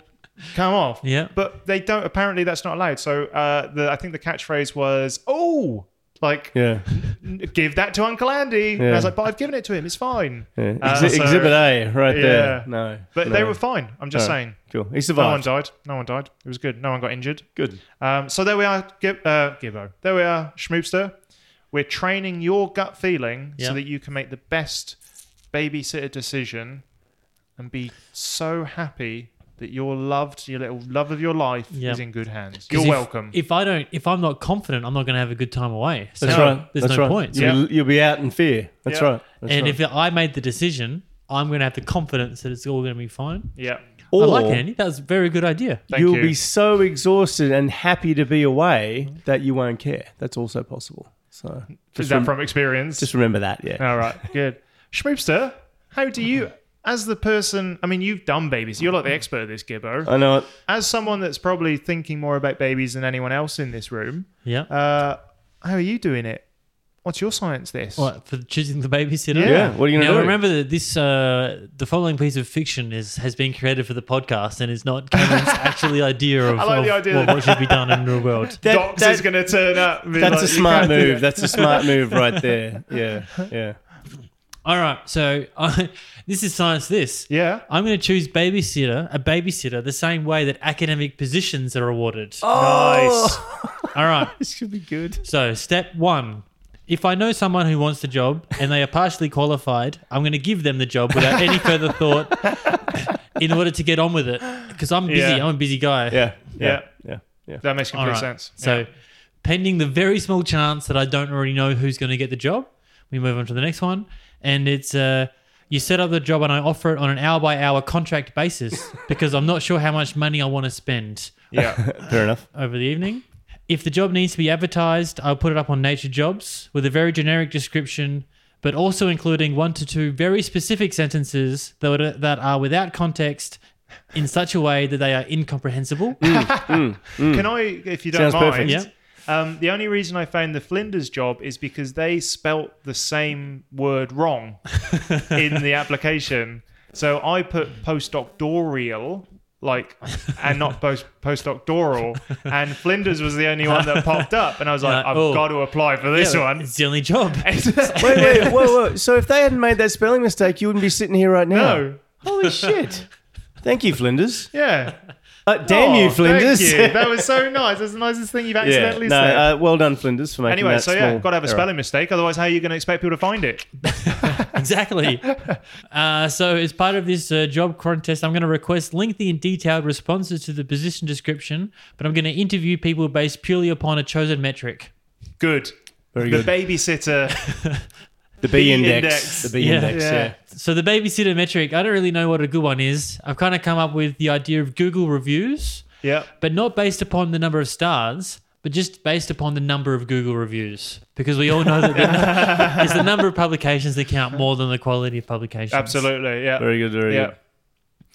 Speaker 2: come off.
Speaker 4: Yeah.
Speaker 2: but they don't. Apparently, that's not allowed. So uh, the I think the catchphrase was "Oh." Like
Speaker 1: yeah.
Speaker 2: give that to Uncle Andy. And I
Speaker 1: Yeah.
Speaker 2: was like, but I've given it to him. It's fine.
Speaker 1: yeah.
Speaker 2: Uh,
Speaker 1: Exhi-
Speaker 2: so-
Speaker 1: exhibit A, right
Speaker 2: Yeah.
Speaker 1: there. No,
Speaker 2: But
Speaker 1: no.
Speaker 2: they were fine. I'm just
Speaker 1: All right.
Speaker 2: saying.
Speaker 1: Cool. He
Speaker 2: No one
Speaker 1: survived.
Speaker 2: died. No one died. It was good. No one got injured.
Speaker 1: Good.
Speaker 2: Um, so there we are, Gib- uh, Gibbo. There we are, Schmoopster. We're training your gut feeling
Speaker 4: Yeah.
Speaker 2: so that you can make the best babysitter decision and be so happy that you're loved, your little love of your life
Speaker 4: Yeah.
Speaker 2: is in good hands.
Speaker 4: 'Cause
Speaker 2: You're
Speaker 4: if-
Speaker 2: welcome.
Speaker 4: If I don't, if I'm not confident, I'm not going to have a good time away. So
Speaker 1: That's right.
Speaker 4: There's
Speaker 1: That's
Speaker 4: no
Speaker 1: right.
Speaker 4: point.
Speaker 1: You'll,
Speaker 2: Yeah.
Speaker 1: you'll be out in fear. That's
Speaker 2: Yeah.
Speaker 1: right. That's
Speaker 4: and
Speaker 1: right.
Speaker 4: if I made the decision, I'm going to have the confidence that it's all going to be fine.
Speaker 2: Yeah.
Speaker 1: Or
Speaker 4: I like it, Andy. That was a very good idea.
Speaker 2: Thank
Speaker 1: you'll
Speaker 2: you.
Speaker 1: be so exhausted and happy to be away that you won't care. That's also possible. So
Speaker 2: Is
Speaker 1: just,
Speaker 2: that
Speaker 1: rem-
Speaker 2: from experience?
Speaker 1: just remember that. Yeah.
Speaker 2: All right, good. Schmoopster, how do you, as the person, I mean, you've done babies. You're like the expert at this, Gibbo.
Speaker 1: I know. it.
Speaker 2: As someone that's probably thinking more about babies than anyone else in this room,
Speaker 4: Yeah.
Speaker 2: uh, how are you doing it? What's your science this?
Speaker 4: What, for choosing the babysitter?
Speaker 2: Yeah.
Speaker 1: Yeah. What are you gonna
Speaker 4: Now
Speaker 1: do?
Speaker 4: remember that this uh, the following piece of fiction is has been created for the podcast and is not Cameron's actually idea of,
Speaker 2: I like
Speaker 4: of
Speaker 2: the idea
Speaker 4: what,
Speaker 2: that-
Speaker 4: what should be done in the world.
Speaker 1: That-
Speaker 2: Docs
Speaker 1: that-
Speaker 2: is going to turn up. and be
Speaker 1: That's
Speaker 2: like,
Speaker 1: a
Speaker 2: "You
Speaker 1: smart
Speaker 2: can't do
Speaker 1: move.
Speaker 2: that."
Speaker 1: That's a smart move right there. Yeah. Yeah.
Speaker 4: All right, so uh, this is science. This
Speaker 2: Yeah.
Speaker 4: I'm going to choose babysitter a babysitter the same way that academic positions are awarded.
Speaker 2: Oh.
Speaker 4: All right,
Speaker 1: Oh! This should be good.
Speaker 4: so step one. If I know someone who wants the job and they are partially qualified, I'm going to give them the job without any further thought in order to get on with it. Because I'm busy.
Speaker 2: Yeah.
Speaker 4: I'm a busy guy.
Speaker 1: Yeah. Yeah.
Speaker 2: Yeah.
Speaker 1: Yeah. Yeah.
Speaker 2: That makes
Speaker 4: All
Speaker 2: complete
Speaker 4: right.
Speaker 2: sense.
Speaker 4: So,
Speaker 2: Yeah.
Speaker 4: pending the very small chance that I don't already know who's going to get the job, we move on to the next one. And it's uh, you set up the job and I offer it on an hour by hour contract basis because I'm not sure how much money I want to spend
Speaker 2: yeah.
Speaker 1: Fair enough.
Speaker 4: over the evening. If the job needs to be advertised, I'll put it up on Nature Jobs with a very generic description, but also including one to two very specific sentences that, would, that are without context in such a way that they are incomprehensible.
Speaker 2: Mm. Can I, if you don't
Speaker 1: Hmm. Sounds
Speaker 2: mind?
Speaker 1: perfect.
Speaker 4: Yeah.
Speaker 2: Um, the only reason I found the Flinders job is because they spelt the same word wrong in the application. So I put postdoctoral, like, and not post postdoctoral. And Flinders was the only one that popped up, and I was like,
Speaker 4: Yeah,
Speaker 2: I've
Speaker 4: oh.
Speaker 2: got to apply for this
Speaker 4: Yeah,
Speaker 2: one.
Speaker 4: It's the only job.
Speaker 1: Wait, wait, whoa, whoa. So if they hadn't made that spelling mistake, you wouldn't be sitting here right now.
Speaker 2: no,
Speaker 1: Holy shit. Thank you, Flinders.
Speaker 2: yeah.
Speaker 1: Uh, damn
Speaker 2: Oh,
Speaker 1: you, Flinders.
Speaker 2: Thank you. That was so nice. That's the nicest thing you've
Speaker 1: yeah.
Speaker 2: accidentally
Speaker 1: No,
Speaker 2: said.
Speaker 1: uh, well done, Flinders, for making
Speaker 2: anyway,
Speaker 1: that
Speaker 2: so yeah,
Speaker 1: small
Speaker 2: got to have a
Speaker 1: error.
Speaker 2: spelling mistake. Otherwise, how are you going to expect people to find it?
Speaker 4: exactly. Uh, so, as part of this uh, job contest, I'm going to request lengthy and detailed responses to the position description, but I'm going to interview people based purely upon a chosen metric.
Speaker 2: Good.
Speaker 1: Very
Speaker 2: the
Speaker 1: good.
Speaker 2: babysitter
Speaker 1: The B index.
Speaker 2: index.
Speaker 1: The B index,
Speaker 2: Yeah.
Speaker 1: yeah.
Speaker 4: So, the babysitter metric, I don't really know what a good one is. I've kind of come up with the idea of Google reviews,
Speaker 2: Yep.
Speaker 4: but not based upon the number of stars. But just based upon the number of Google reviews, because we all know that the- it's the number of publications that count more than the quality of publications.
Speaker 2: Absolutely. Yeah.
Speaker 1: Very good, very
Speaker 2: yeah.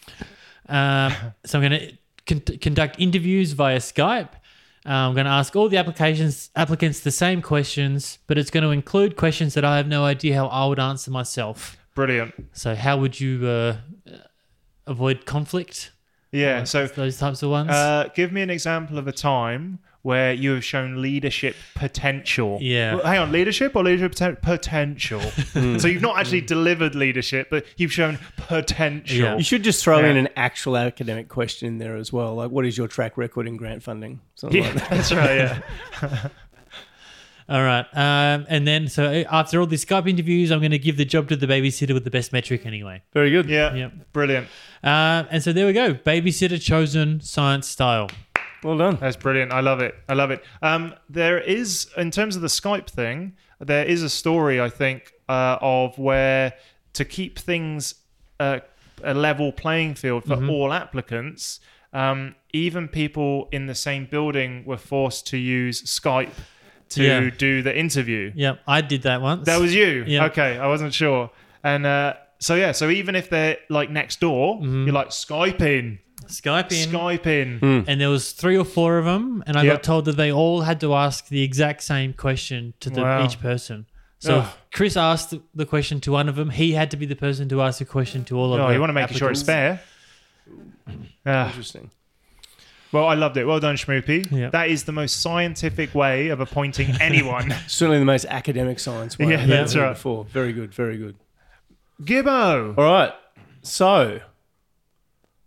Speaker 1: good.
Speaker 4: Um, so I'm going to con- conduct interviews via Skype. Uh, I'm going to ask all the applications applicants the same questions, but it's going to include questions that I have no idea how I would answer myself.
Speaker 2: Brilliant.
Speaker 4: So how would you uh, avoid conflict?
Speaker 2: Yeah. So
Speaker 4: Those types of ones.
Speaker 2: uh, give me an example of a time where you have shown leadership potential.
Speaker 4: Yeah.
Speaker 2: Well, hang on, leadership or leadership poten- potential? so you've not actually delivered leadership, but you've shown potential.
Speaker 1: You should just throw in
Speaker 2: Yeah.
Speaker 1: an actual academic question in there as well. Like, what is your track record in grant funding? Something
Speaker 2: Yeah,
Speaker 1: like that.
Speaker 2: that's right. Yeah.
Speaker 4: all right. Um, and then so after all these Skype interviews, I'm going to give the job to the babysitter with the best metric anyway.
Speaker 1: Very good.
Speaker 2: Yeah.
Speaker 4: Yep.
Speaker 2: Brilliant.
Speaker 4: Uh, and so there we go. Babysitter chosen science style.
Speaker 1: Well done.
Speaker 2: That's brilliant. I love it. I love it. Um, there is, in terms of the Skype thing, there is a story I think uh, of where to keep things uh, a level playing field for
Speaker 4: Mm-hmm.
Speaker 2: all applicants, um, even people in the same building were forced to use Skype to
Speaker 4: Yeah.
Speaker 2: do the interview.
Speaker 4: Yep. I did that once.
Speaker 2: That was you.
Speaker 4: Yeah.
Speaker 2: Okay, I wasn't sure. And uh, so yeah, so even if they're like next door, you're like Skype in,
Speaker 4: Mm-hmm. Skype in.
Speaker 2: Skype in.
Speaker 4: and there was three or four of them, and I
Speaker 2: Yep.
Speaker 4: got told that they all had to ask the exact same question to the,
Speaker 2: Wow.
Speaker 4: each person. So if
Speaker 2: Ugh.
Speaker 4: Chris asked the- the question to one of them. He had to be the person to ask the question to all of them.
Speaker 2: Oh, you want to make sure it's fair. Ah,
Speaker 1: Interesting.
Speaker 2: well, I loved it. Well done, Schmoopy.
Speaker 4: Yeah.
Speaker 2: That is the most scientific way of appointing anyone.
Speaker 1: Certainly the most academic science one.
Speaker 2: Yeah,
Speaker 1: I've ever
Speaker 2: that's
Speaker 1: heard
Speaker 2: right.
Speaker 1: Before. Very good, very good.
Speaker 2: Gibbo.
Speaker 1: All right. So,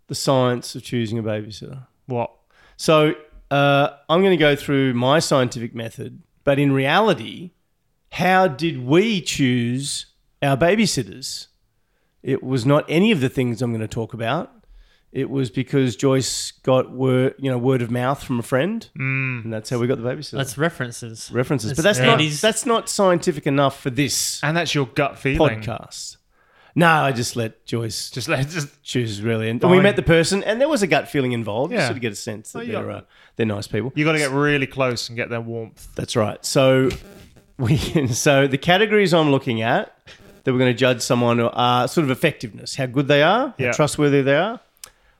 Speaker 1: the science of choosing a babysitter.
Speaker 2: What?
Speaker 1: So, uh, I'm going to go through my scientific method, but in reality, how did we choose our babysitters? It was not any of the things I'm going to talk about. It was because Joyce got word, you know, word of mouth from a friend, mm. and that's how we got the babysitter.
Speaker 4: That's references.
Speaker 1: references, but
Speaker 4: That's
Speaker 1: that's not
Speaker 4: Andy's-
Speaker 1: that's not scientific enough for this
Speaker 2: And that's your gut feeling.
Speaker 1: podcast. No, I just let Joyce
Speaker 2: Just let just
Speaker 1: choose really, and we
Speaker 2: Fine.
Speaker 1: met the person, and there was a gut feeling involved. You
Speaker 2: Yeah. Oh,
Speaker 1: sort of get a sense that
Speaker 2: you
Speaker 1: they're
Speaker 2: got-
Speaker 1: uh, they're nice people.
Speaker 2: you got to get really close and get their warmth.
Speaker 1: That's right. So we so the categories I'm looking at that we're going to judge someone are sort of effectiveness, how good they are,
Speaker 2: Yeah.
Speaker 1: how trustworthy they are.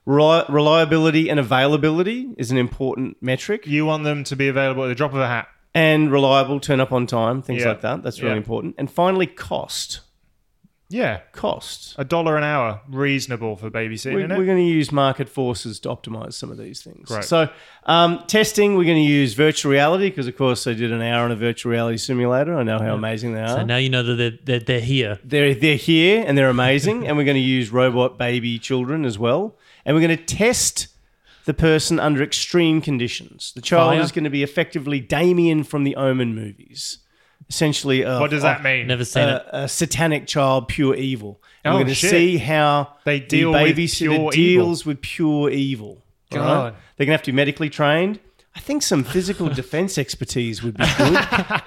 Speaker 1: Reli- reliability and availability is an important metric,
Speaker 2: You want them to be available at the drop of a hat.
Speaker 1: and reliable, turn up on time, things
Speaker 2: Yeah.
Speaker 1: like that. That's really
Speaker 2: Yeah.
Speaker 1: important. And finally, cost.
Speaker 2: Yeah,
Speaker 1: Cost.
Speaker 2: a dollar an hour, reasonable for babysitting.
Speaker 1: We're,
Speaker 2: isn't it?
Speaker 1: we're going to use market forces to optimize some of these things.
Speaker 2: Great.
Speaker 1: So, um, testing, we're going to use virtual reality because, of course, they did an hour on a virtual reality simulator. I know how amazing they are.
Speaker 4: So now you know that they're, they're, they're here.
Speaker 1: they're they're here and they're amazing and we're going to use robot baby children as well and we're going to test the person under extreme conditions the child
Speaker 4: Fire.
Speaker 1: is going to be effectively damien from the omen movies essentially a,
Speaker 2: what does that mean?
Speaker 4: Never seen
Speaker 1: a, a satanic child pure evil and
Speaker 2: Oh,
Speaker 1: we're going to
Speaker 2: shit.
Speaker 1: see how
Speaker 2: They
Speaker 1: the
Speaker 2: deal with pure
Speaker 1: babysitter deals with pure evil all right?
Speaker 2: God.
Speaker 1: they're going to have to be medically trained I think some physical defense expertise would be good,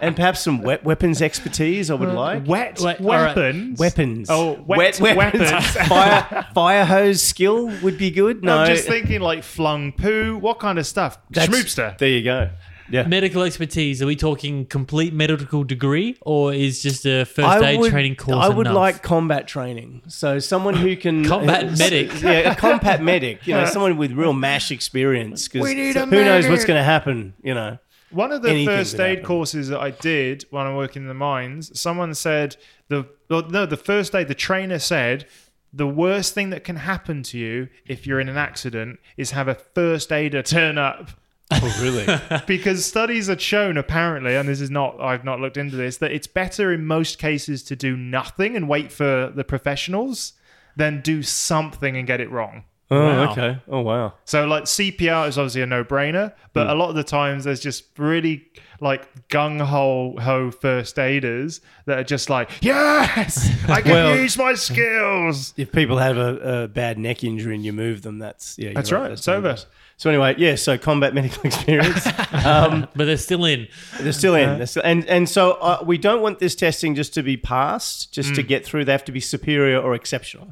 Speaker 1: and perhaps some we- weapons expertise. I would like
Speaker 2: Wet
Speaker 4: Wait, all right.
Speaker 2: weapons.
Speaker 1: Weapons.
Speaker 2: Oh, wet weapons.
Speaker 1: fire, fire hose skill would be good. No,
Speaker 2: I'm just thinking like flung poo. What kind of stuff?
Speaker 1: that's-
Speaker 2: Schmoopster.
Speaker 1: There you go. Yeah.
Speaker 4: Medical expertise, are we talking complete medical degree or is just a first aid training course?
Speaker 1: I would
Speaker 4: enough?
Speaker 1: like combat training. So someone who can
Speaker 4: Combat medic.
Speaker 1: Yeah, a combat medic. You know, someone with real mash experience. Because
Speaker 2: We need a
Speaker 1: who knows what's
Speaker 2: medic.
Speaker 1: going to happen? You know.
Speaker 2: One of the
Speaker 1: Anything
Speaker 2: first
Speaker 1: could
Speaker 2: aid
Speaker 1: happen.
Speaker 2: courses that I did when I worked in the mines, someone said the well, no, the first aid. The trainer said the worst thing that can happen to you if you're in an accident is have a first aider turn up.
Speaker 1: Oh really?
Speaker 2: because studies had shown apparently and this is not i've not looked into this that it's better in most cases to do nothing and wait for the professionals than do something and get it wrong
Speaker 1: oh
Speaker 4: Wow.
Speaker 1: okay. Oh wow.
Speaker 2: so like cpr is obviously a no-brainer
Speaker 1: Hmm.
Speaker 2: but a lot of the times there's just really like gung-ho ho first aiders that are just like yes i can
Speaker 1: Well-
Speaker 2: use my skills
Speaker 1: If people have a, a bad neck injury and you move them, that's yeah. you're
Speaker 2: that's right
Speaker 1: That's
Speaker 2: it's over
Speaker 1: dangerous. So anyway, yeah. So combat medical experience. um,
Speaker 4: But they're still in.
Speaker 1: They're still in. They're still, and and so uh, we don't want this testing just to be passed, just to get through. They have to be superior or exceptional.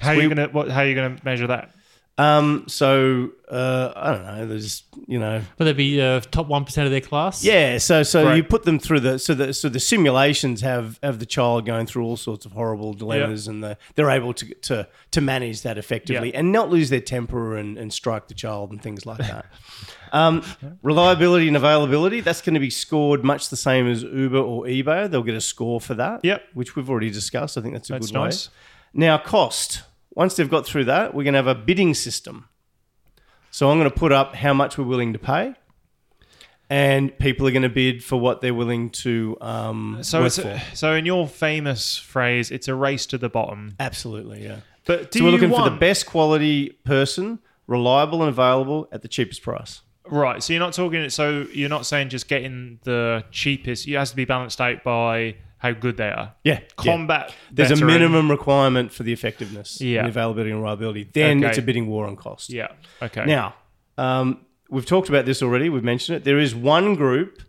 Speaker 2: how are you gonna what how are you gonna measure that
Speaker 1: Um, so uh, I don't know. There's you know
Speaker 4: Will they be uh, top 1% of their class?
Speaker 1: yeah. So so
Speaker 2: Right.
Speaker 1: you put them through the so the so the simulations have have the child going through all sorts of horrible dilemmas, and the, they're able to to to manage that effectively
Speaker 2: Yeah.
Speaker 1: and not lose their temper and, and strike the child and things like that. Um, reliability and availability, that's going to be scored much the same as Uber or eBay. They'll get a score for that,
Speaker 2: Yep.
Speaker 1: which we've already discussed. I think that's a
Speaker 2: That's
Speaker 1: good way.
Speaker 2: nice.
Speaker 1: Now, cost. Once they've got through that, we're going to have a bidding system. So I'm going to put up how much we're willing to pay, and people are going to bid for what they're willing to um,
Speaker 2: so
Speaker 1: work
Speaker 2: it's
Speaker 1: for.
Speaker 2: a, so in your famous phrase it's a race to the bottom
Speaker 1: Absolutely, yeah.
Speaker 2: but do
Speaker 1: so we're
Speaker 2: you
Speaker 1: looking
Speaker 2: want
Speaker 1: for the best quality person, reliable and available at the cheapest price.
Speaker 2: Right. So you're not talking. So you're not saying just getting the cheapest. It has to be balanced out by how good they are.
Speaker 1: Yeah, yeah.
Speaker 2: Combat.
Speaker 1: There's
Speaker 2: veteran.
Speaker 1: a minimum requirement for the effectiveness,
Speaker 2: Yeah.
Speaker 1: and availability and reliability. Then
Speaker 2: Okay.
Speaker 1: it's a bidding war on cost.
Speaker 2: Yeah. Okay.
Speaker 1: Now, um, we've talked about this already. We've mentioned it. There is one group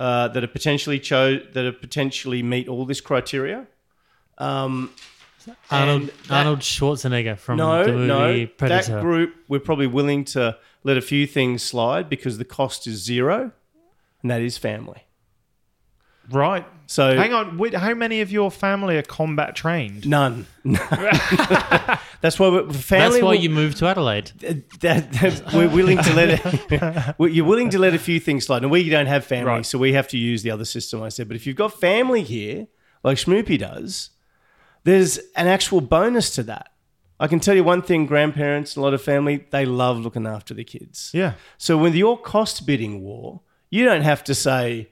Speaker 1: uh, that are potentially cho- that are potentially meet all this criteria. Um,
Speaker 4: Arnold,
Speaker 1: And that-
Speaker 4: Arnold Schwarzenegger from
Speaker 1: no,
Speaker 4: the movie
Speaker 1: no,
Speaker 4: Predator.
Speaker 1: that group we're probably willing to let a few things slide because the cost is zero, and that is family.
Speaker 2: Right.
Speaker 1: So
Speaker 2: Hang on. Wait, how many of your family are combat trained?
Speaker 1: none. That's why we're, family.
Speaker 4: That's why
Speaker 1: will-
Speaker 4: you moved to Adelaide.
Speaker 1: that, that we're willing to let it, we're- you're willing to let a few things slide. And we don't have family,
Speaker 2: Right.
Speaker 1: so we have to use the other system. I said, but if you've got family here, like Schmoopy does, there's an actual bonus to that. I can tell you one thing: grandparents, a lot of family, they love looking after the kids.
Speaker 2: Yeah.
Speaker 1: So with your cost bidding war, you don't have to say,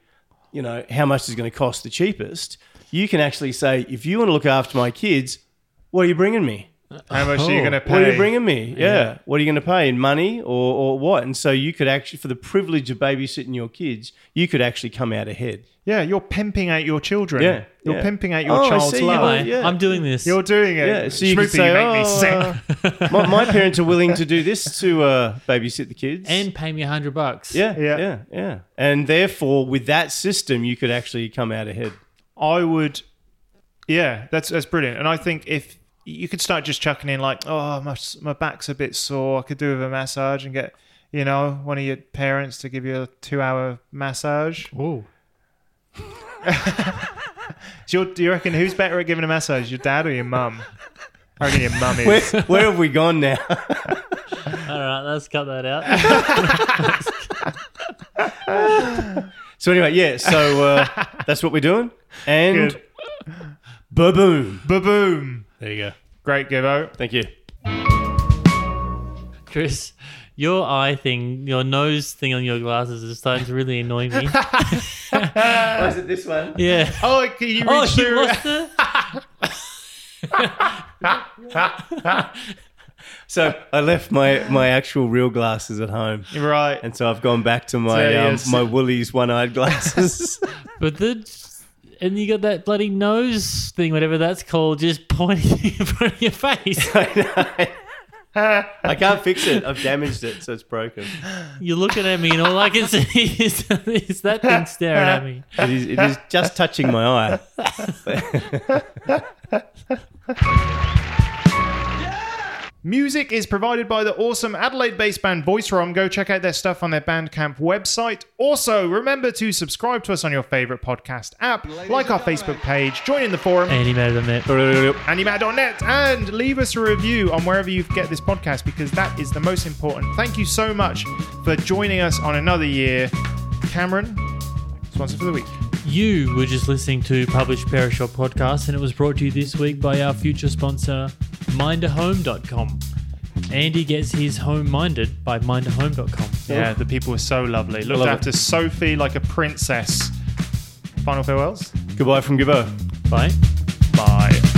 Speaker 1: you know, how much is going to cost the cheapest. You can actually say, if you want to look after my kids, what are you bringing me?
Speaker 2: How much are you
Speaker 4: Oh.
Speaker 2: going to
Speaker 1: What are
Speaker 2: pay?
Speaker 1: you bringing me? Yeah. What are you going to pay in money or, or what? And so you could actually, for the privilege of babysitting your kids, you could actually come out ahead.
Speaker 2: yeah. You're pimping out your children.
Speaker 1: Yeah,
Speaker 2: You're
Speaker 1: yeah.
Speaker 2: pimping out your
Speaker 1: Oh, I
Speaker 2: child's
Speaker 1: see,
Speaker 2: love.
Speaker 1: Oh,
Speaker 4: Am I?
Speaker 1: yeah.
Speaker 4: I'm doing this.
Speaker 2: You're doing it.
Speaker 1: Yeah. So you could
Speaker 2: Schmoopy,
Speaker 1: say,
Speaker 2: you make me sick.
Speaker 1: oh, uh, my, my parents are willing to do this to uh, babysit the kids.
Speaker 4: and pay me a hundred bucks.
Speaker 1: yeah,
Speaker 2: Yeah.
Speaker 1: yeah, yeah, And therefore, with that system, you could actually come out ahead.
Speaker 2: I would Yeah, that's that's brilliant. And I think if you could start just chucking in like, oh, my s- my back's a bit sore, I could do with a massage and get you know one of your parents to give you a two hour massage.
Speaker 4: Ooh.
Speaker 2: Do you, do you reckon who's better at giving a massage, your dad or your mum? I reckon your mum
Speaker 1: Where,
Speaker 2: is.
Speaker 1: where have we gone now?
Speaker 4: All right, let's cut that out.
Speaker 1: So anyway, yeah. So uh, that's what we're doing. And
Speaker 2: Good.
Speaker 1: boom.
Speaker 2: Ba boom.
Speaker 4: there you go.
Speaker 2: Great Gibbo.
Speaker 1: Thank you.
Speaker 4: Chris, your eye thing, your nose thing on your glasses is starting to really annoy me.
Speaker 1: Oh, is it this one?
Speaker 4: Yeah.
Speaker 2: Oh, can you reach
Speaker 4: Oh, she
Speaker 2: through?
Speaker 4: lost it.
Speaker 1: So I left my my actual real glasses at home,
Speaker 2: Right.
Speaker 1: and so I've gone back to my
Speaker 2: Yeah, yeah,
Speaker 1: um,
Speaker 2: it's-
Speaker 1: my Woolies one eyed glasses.
Speaker 4: But the and you got that bloody nose thing, whatever that's called, just pointing in front of your face.
Speaker 1: I know. I can't fix it. I've damaged it, so it's broken.
Speaker 4: You're looking at me, and all I can see is, is that thing staring at me.
Speaker 1: It is, it is just touching my eye.
Speaker 2: Music is provided by the awesome Adelaide based band Voice Rom. Go check out their stuff on their Bandcamp website. Also, remember to subscribe to us on your favorite podcast app, like our Facebook page, join in the forum,
Speaker 4: Animated on that.
Speaker 2: andymad.net, and leave us a review on wherever you get this podcast because that is the most important. Thank you so much for joining us on another year. Cameron, sponsor for the week.
Speaker 4: You were just listening to Published Perish Your Podcast, and it was brought to you this week by our future sponsor, mindahome.com. Andy gets his home minded by mindahome.com.
Speaker 2: Yeah, the people were so lovely. Looked
Speaker 1: love
Speaker 2: after Sophie like a princess. Final farewells.
Speaker 1: Goodbye from Gibbo.
Speaker 4: Bye.
Speaker 2: Bye.